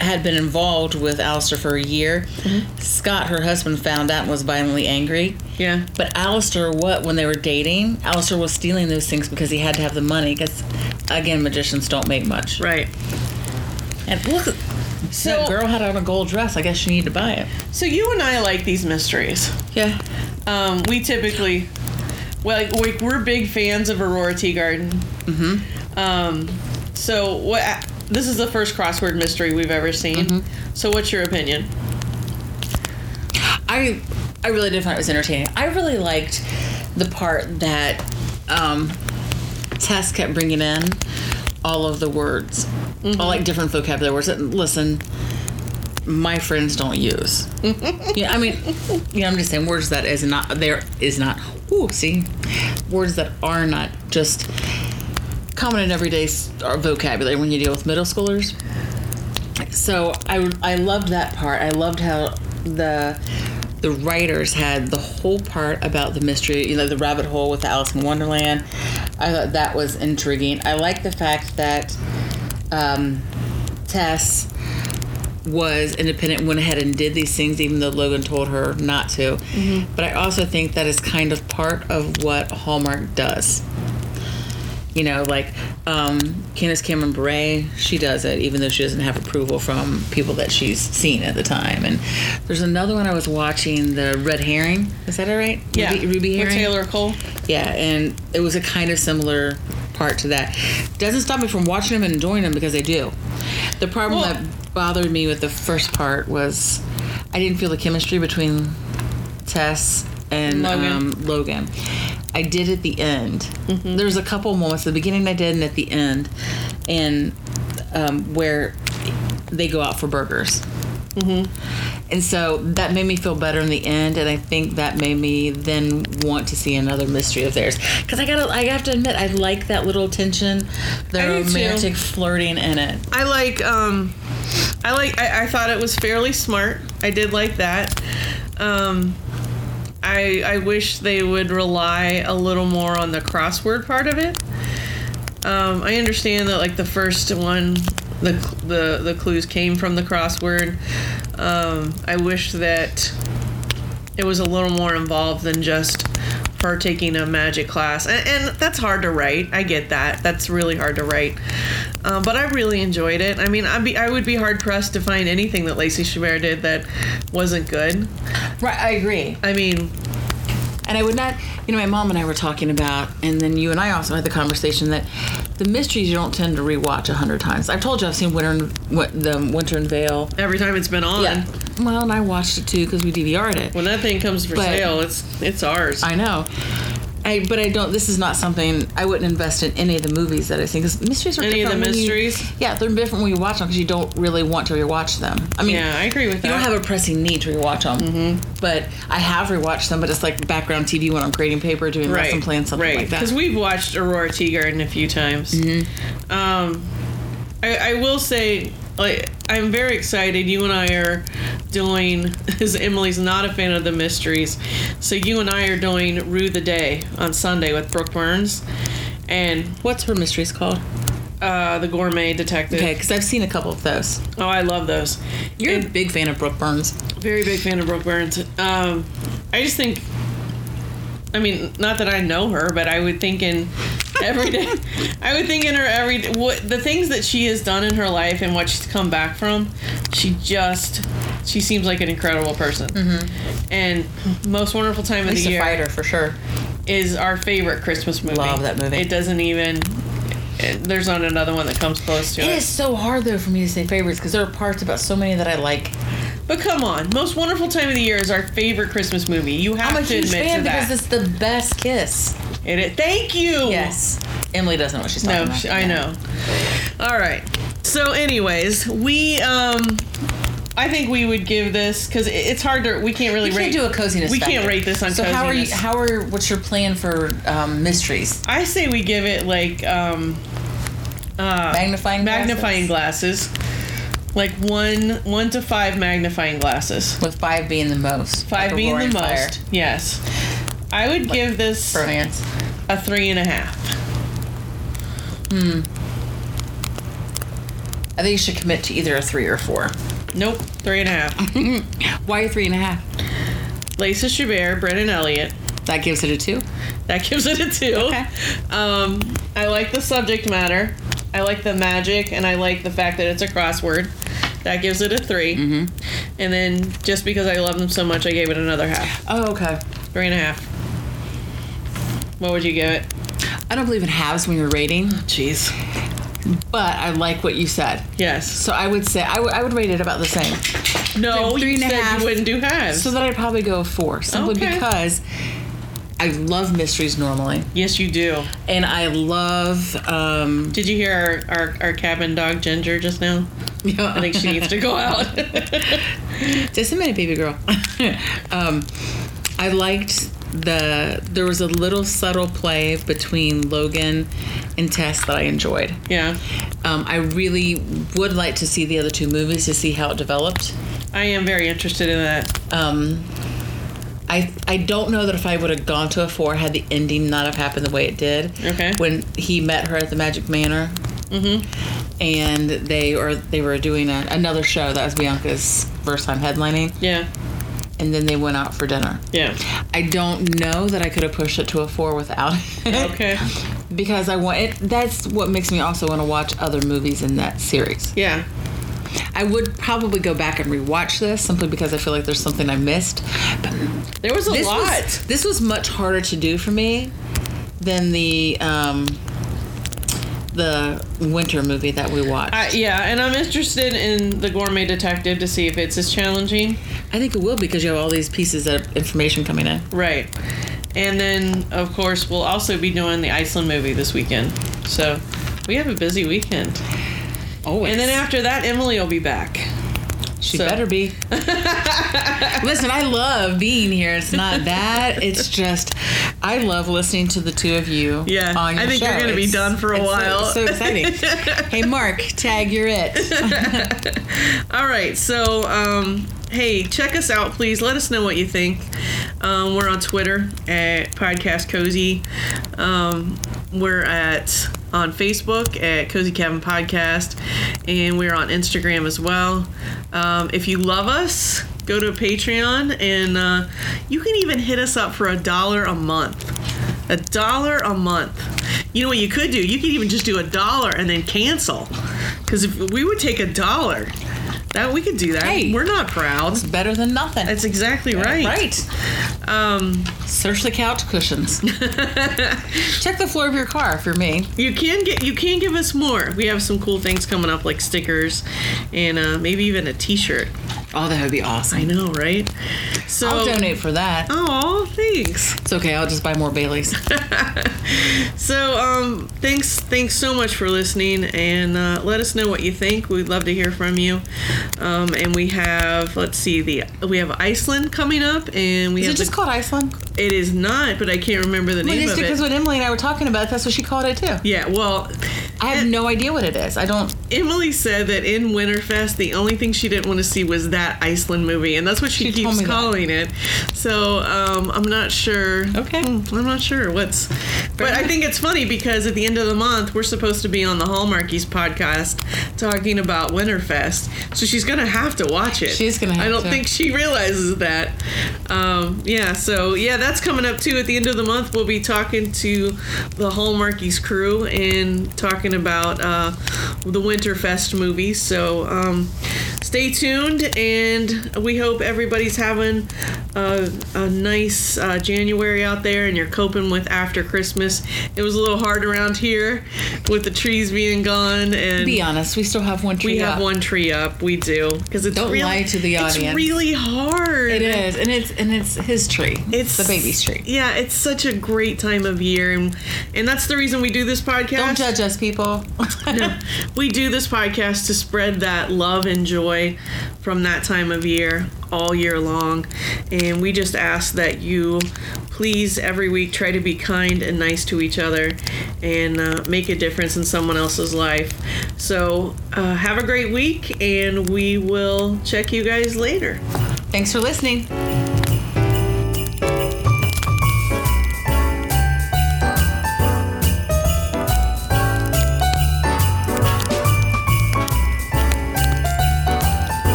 Speaker 3: had been involved with Alistair for a year.
Speaker 1: Mm-hmm.
Speaker 3: Scott, her husband, found out and was violently angry.
Speaker 1: yeah.
Speaker 3: But Alistair, what when they were dating, Alistair was stealing those things because he had to have the money. Because again, magicians don't make much.
Speaker 1: Right.
Speaker 3: And look, that
Speaker 1: So
Speaker 3: girl had on a gold dress. I guess she needed to buy it.
Speaker 1: so you and I like these mysteries.
Speaker 3: Yeah.
Speaker 1: Um, we typically well we, we're big fans of Aurora Tea Garden. Mm-hmm. Um, so what this is the first crossword mystery we've ever seen.
Speaker 3: Mm-hmm.
Speaker 1: So what's your opinion?
Speaker 3: I I really did find it was entertaining. I really liked the part that um, Tess kept bringing in all of the words, all like different vocabulary words. that, listen, my friends don't use. yeah, I mean, you know, I'm just saying words that is not there is not. Ooh, see, words that are not just common in everyday s- or vocabulary when you deal with middle schoolers. So I I loved that part. I loved how the the writers had the whole part about the mystery, you know, the rabbit hole with the Alice in Wonderland. I thought that was intriguing. I like the fact that um, Tess was independent, went ahead and did these things, even though Logan told her not to. But I also think that is kind of part of what Hallmark does You know, like um, Candace Cameron Bure, she does it, even though she doesn't have approval from people that she's seen at the time. And there's another one I was watching, the Red Herring. Is that all right?
Speaker 1: Yeah.
Speaker 3: Ruby, Ruby
Speaker 1: With
Speaker 3: Herring.
Speaker 1: Taylor Cole.
Speaker 3: Yeah, and it was a kind of similar part to that. Doesn't stop me from watching them and enjoying them because I do. The problem
Speaker 1: Well-
Speaker 3: that bothered me with the first part was I didn't feel the chemistry between Tess and
Speaker 1: Logan.
Speaker 3: Logan. Um, Logan. I did at the end. There was a couple moments, at the beginning I did, and at the end, and um, where they go out for burgers. Mm-hmm. And so that made me feel better in the end, and I think that made me then want to see another mystery of theirs. Because I gotta, I have to admit, I like that little tension, the
Speaker 1: I do too.
Speaker 3: romantic flirting in it.
Speaker 1: I like um I like I, I thought it was fairly smart. I did like that. Um I I wish they would rely a little more on the crossword part of it. Um I understand that like the first one the the the clues came from the crossword. Um I wish that it was a little more involved than just her taking a magic class and, and that's hard to write i get that that's really hard to write um, but i really enjoyed it i mean I'd be, i would be hard pressed to find anything that lacey chabert did that wasn't good
Speaker 3: Right, I agree.
Speaker 1: i mean
Speaker 3: And I would not, you know, my mom and I were talking about, and then you and I also had the conversation that the mysteries you don't tend to rewatch a hundred times. I've told you I've seen Winter, in, Win- the Winter in Vale.
Speaker 1: every time it's been on
Speaker 3: Well, and I watched it too because we DVR'd it.
Speaker 1: when that thing comes for
Speaker 3: But-
Speaker 1: sale it's it's ours
Speaker 3: I know. I, but I don't. This is not something I wouldn't invest in any of the movies that I've seen because mysteries are
Speaker 1: Any of the
Speaker 3: different when you-
Speaker 1: mysteries?
Speaker 3: yeah, they're different when you watch them because you don't really want to rewatch them. I mean,
Speaker 1: yeah Mm-hmm. i agree with that
Speaker 3: you don't have a pressing need to rewatch them. But I have rewatched them, but it's like background TV when I'm grading paper, doing
Speaker 1: right
Speaker 3: lesson plans, something
Speaker 1: right
Speaker 3: like
Speaker 1: because
Speaker 3: that.
Speaker 1: we've watched aurora tea garden a few times
Speaker 3: Mm-hmm.
Speaker 1: um I, I will say like i'm very excited you and i are doing (laughs) because emily's not a fan of the mysteries so you and i are doing rue the day on sunday with brooke burns and
Speaker 3: What's her mysteries called?
Speaker 1: uh, the gourmet detective
Speaker 3: Okay, because I've seen a couple of those.
Speaker 1: oh i love those
Speaker 3: You're
Speaker 1: And-
Speaker 3: a big fan of Brooke Burns.
Speaker 1: very big fan of Brooke Burns. Um, I just think, I mean, not that I know her, but I would think in every day, (laughs) I would think in her every what the things that she has done in her life and what she's come back from. She just, she seems like an incredible person.
Speaker 3: Mm-hmm.
Speaker 1: And most wonderful time of
Speaker 3: She's
Speaker 1: the
Speaker 3: a
Speaker 1: year
Speaker 3: fighter for sure.
Speaker 1: is our favorite Christmas movie.
Speaker 3: Love that movie.
Speaker 1: It doesn't even. It, there's not another one that comes close to it.
Speaker 3: It is so hard though for me to say favorites because there are parts about so many that I like.
Speaker 1: But come on, most wonderful time of the year is our favorite Christmas movie. You have
Speaker 3: I'm a
Speaker 1: to
Speaker 3: huge
Speaker 1: admit
Speaker 3: fan
Speaker 1: to that.
Speaker 3: because it's the best kiss.
Speaker 1: It, it, thank you.
Speaker 3: Yes. Emily doesn't know what she's talking
Speaker 1: No,
Speaker 3: about.
Speaker 1: sh- I know. All right. So, anyways, we um, I think we would give this because it's hard to we can't really
Speaker 3: We
Speaker 1: rate.
Speaker 3: can't do a coziness.
Speaker 1: We can't
Speaker 3: factor.
Speaker 1: rate this on
Speaker 3: So how are you?
Speaker 1: coziness.
Speaker 3: How are? What's your plan for um, mysteries?
Speaker 1: I say we give it like um,
Speaker 3: magnifying.
Speaker 1: Uh, magnifying
Speaker 3: glasses?
Speaker 1: glasses, like one one to five magnifying glasses.
Speaker 3: With five being the most.
Speaker 1: Five
Speaker 3: Like a
Speaker 1: being the
Speaker 3: roaring
Speaker 1: most.
Speaker 3: fire.
Speaker 1: Yes. I would give this
Speaker 3: Romance.
Speaker 1: a three and a half.
Speaker 3: I think you should commit to either a three or four.
Speaker 1: Nope, three and a
Speaker 3: (laughs)
Speaker 1: half.
Speaker 3: Why three and a half?
Speaker 1: Lacey Chabert, Brennan Elliott.
Speaker 3: That gives it a two.
Speaker 1: That gives it a two.
Speaker 3: Okay.
Speaker 1: Um, I like the subject matter. I like the magic, and I like the fact that it's a crossword. That gives it a 3
Speaker 3: Mm-hmm.
Speaker 1: And then just because I love them so much, I gave it another half,
Speaker 3: Oh, okay.
Speaker 1: three and a half. What would you give it?
Speaker 3: I don't believe in halves when you're rating,
Speaker 1: Jeez.
Speaker 3: but I like what you said.
Speaker 1: Yes.
Speaker 3: So I would say I would I would rate it about the same.
Speaker 1: No, you
Speaker 3: Three and a
Speaker 1: said
Speaker 3: half.
Speaker 1: you wouldn't do halves.
Speaker 3: So then I'd probably go a four, simply
Speaker 1: Okay.
Speaker 3: because I love mysteries normally,
Speaker 1: yes, you do.
Speaker 3: and I love. Um,
Speaker 1: Did you hear our, our, our cabin dog, Ginger, just now? I think she needs to
Speaker 3: (laughs)
Speaker 1: go out.
Speaker 3: Just a minute, baby girl. um, I liked the there was a little subtle play between Logan and Tess that I enjoyed.
Speaker 1: yeah.
Speaker 3: Um, I really would like to see the other two movies to see how it developed.
Speaker 1: I am very interested in that.
Speaker 3: Um, I I don't know that if I would have gone to a four had the ending not have happened the way it did.
Speaker 1: Okay.
Speaker 3: When he met her at the Magic Manor. Mm-hmm. And they or they were doing a, another show that was Bianca's first time headlining,
Speaker 1: Yeah.
Speaker 3: and then they went out for dinner.
Speaker 1: Yeah.
Speaker 3: I don't know that I could have pushed it to a four without it.
Speaker 1: Okay.
Speaker 3: (laughs) because I want it. That's what makes me also want to watch other movies in that series.
Speaker 1: Yeah.
Speaker 3: I would probably go back and rewatch this simply because I feel like there's something I missed. But
Speaker 1: There was a
Speaker 3: this
Speaker 1: lot.
Speaker 3: was this was much harder to do for me than the um, the winter movie that we watched.
Speaker 1: I, yeah, and I'm interested in the Gourmet Detective to see if it's as challenging.
Speaker 3: I think it will because you have all these pieces of information coming in.
Speaker 1: Right. And then, of course, we'll also be doing the Iceland movie this weekend. So we have a busy weekend.
Speaker 3: Oh,
Speaker 1: And then after that, Emily will be back.
Speaker 3: She
Speaker 1: So-
Speaker 3: better be. (laughs) Listen, I love being here. It's not that. It's just I love listening to the two of you.
Speaker 1: Yeah,
Speaker 3: on your
Speaker 1: I think you're
Speaker 3: show.
Speaker 1: gonna be
Speaker 3: It's-
Speaker 1: done for a
Speaker 3: it's so-
Speaker 1: while.
Speaker 3: So,
Speaker 1: (laughs)
Speaker 3: exciting. hey, Mark, tag you're it.
Speaker 1: All right. So, um, hey, check us out, please. Let us know what you think. Um, we're on Twitter at Podcast Cozy. Um, we're at on Facebook at Cozy Cabin Podcast, and we're on Instagram as well. Um, if you love us, go to Patreon, and uh, you can even hit us up for a dollar a month. A dollar a month. You know what you could do? You could even just do a dollar and then cancel. Because if we would take a dollar, that we could do that.
Speaker 3: Hey.
Speaker 1: We're not proud.
Speaker 3: Better than nothing.
Speaker 1: That's exactly right.
Speaker 3: Right. Um, Search the couch
Speaker 1: (laughs)
Speaker 3: cushions. Check the floor of your car for me.
Speaker 1: You can get you can give us more. We have some cool things coming up like stickers and uh, maybe even a t-shirt.
Speaker 3: Oh, that would be awesome.
Speaker 1: I know, right? So
Speaker 3: I'll donate for that.
Speaker 1: Oh, thanks.
Speaker 3: It's okay. I'll just buy more Baileys.
Speaker 1: So, um, thanks, thanks so much for listening, and uh, let us know what you think. We'd love to hear from you. Um, and we have, let's see, the we have Iceland coming up, and we
Speaker 3: Is
Speaker 1: have
Speaker 3: it
Speaker 1: the-
Speaker 3: just called Iceland?
Speaker 1: it is not, but I can't remember the
Speaker 3: Well,
Speaker 1: name
Speaker 3: just
Speaker 1: of it.
Speaker 3: because when Emily and I were talking about it, that's what she called it too.
Speaker 1: yeah, well,
Speaker 3: I have no idea what it is. I don't.
Speaker 1: Emily said that in Winterfest, the only thing she didn't want to see was that Iceland movie, and that's what she,
Speaker 3: She told
Speaker 1: keeps
Speaker 3: me that.
Speaker 1: calling it. So um, I'm not sure.
Speaker 3: Okay.
Speaker 1: Hmm, I'm not sure what's. but I think it's funny because at the end of the month, we're supposed to be on the Hallmarkies podcast talking about Winterfest, so she's gonna have to watch it.
Speaker 3: She's gonna have
Speaker 1: I don't
Speaker 3: to.
Speaker 1: think she realizes that. Um, yeah. So yeah, that's coming up too. At the end of the month, we'll be talking to the Hallmarkies crew and talking about uh, the Winterfest movie. So um, stay tuned, and we hope everybody's having a, a nice uh, January out there, and you're coping with after Christmas. It was a little hard around here with the trees being gone and
Speaker 3: Be honest, we still have one tree.
Speaker 1: we have
Speaker 3: up.
Speaker 1: one tree up. We do because it's
Speaker 3: Don't
Speaker 1: really,
Speaker 3: lie to the
Speaker 1: It's
Speaker 3: audience.
Speaker 1: really hard.
Speaker 3: It is, and it's and it's his tree.
Speaker 1: It's
Speaker 3: the baby's tree.
Speaker 1: Yeah, it's such a great time of year, and and that's the reason we do this podcast.
Speaker 3: Don't judge us, people. (laughs)
Speaker 1: No, (laughs) we do this podcast to spread that love and joy from that time of year all year long, and we just ask that you please every week try to be kind and nice to each other and uh, make a difference in someone else's life. So uh, have a great week, and we will check you guys later.
Speaker 3: Thanks for listening.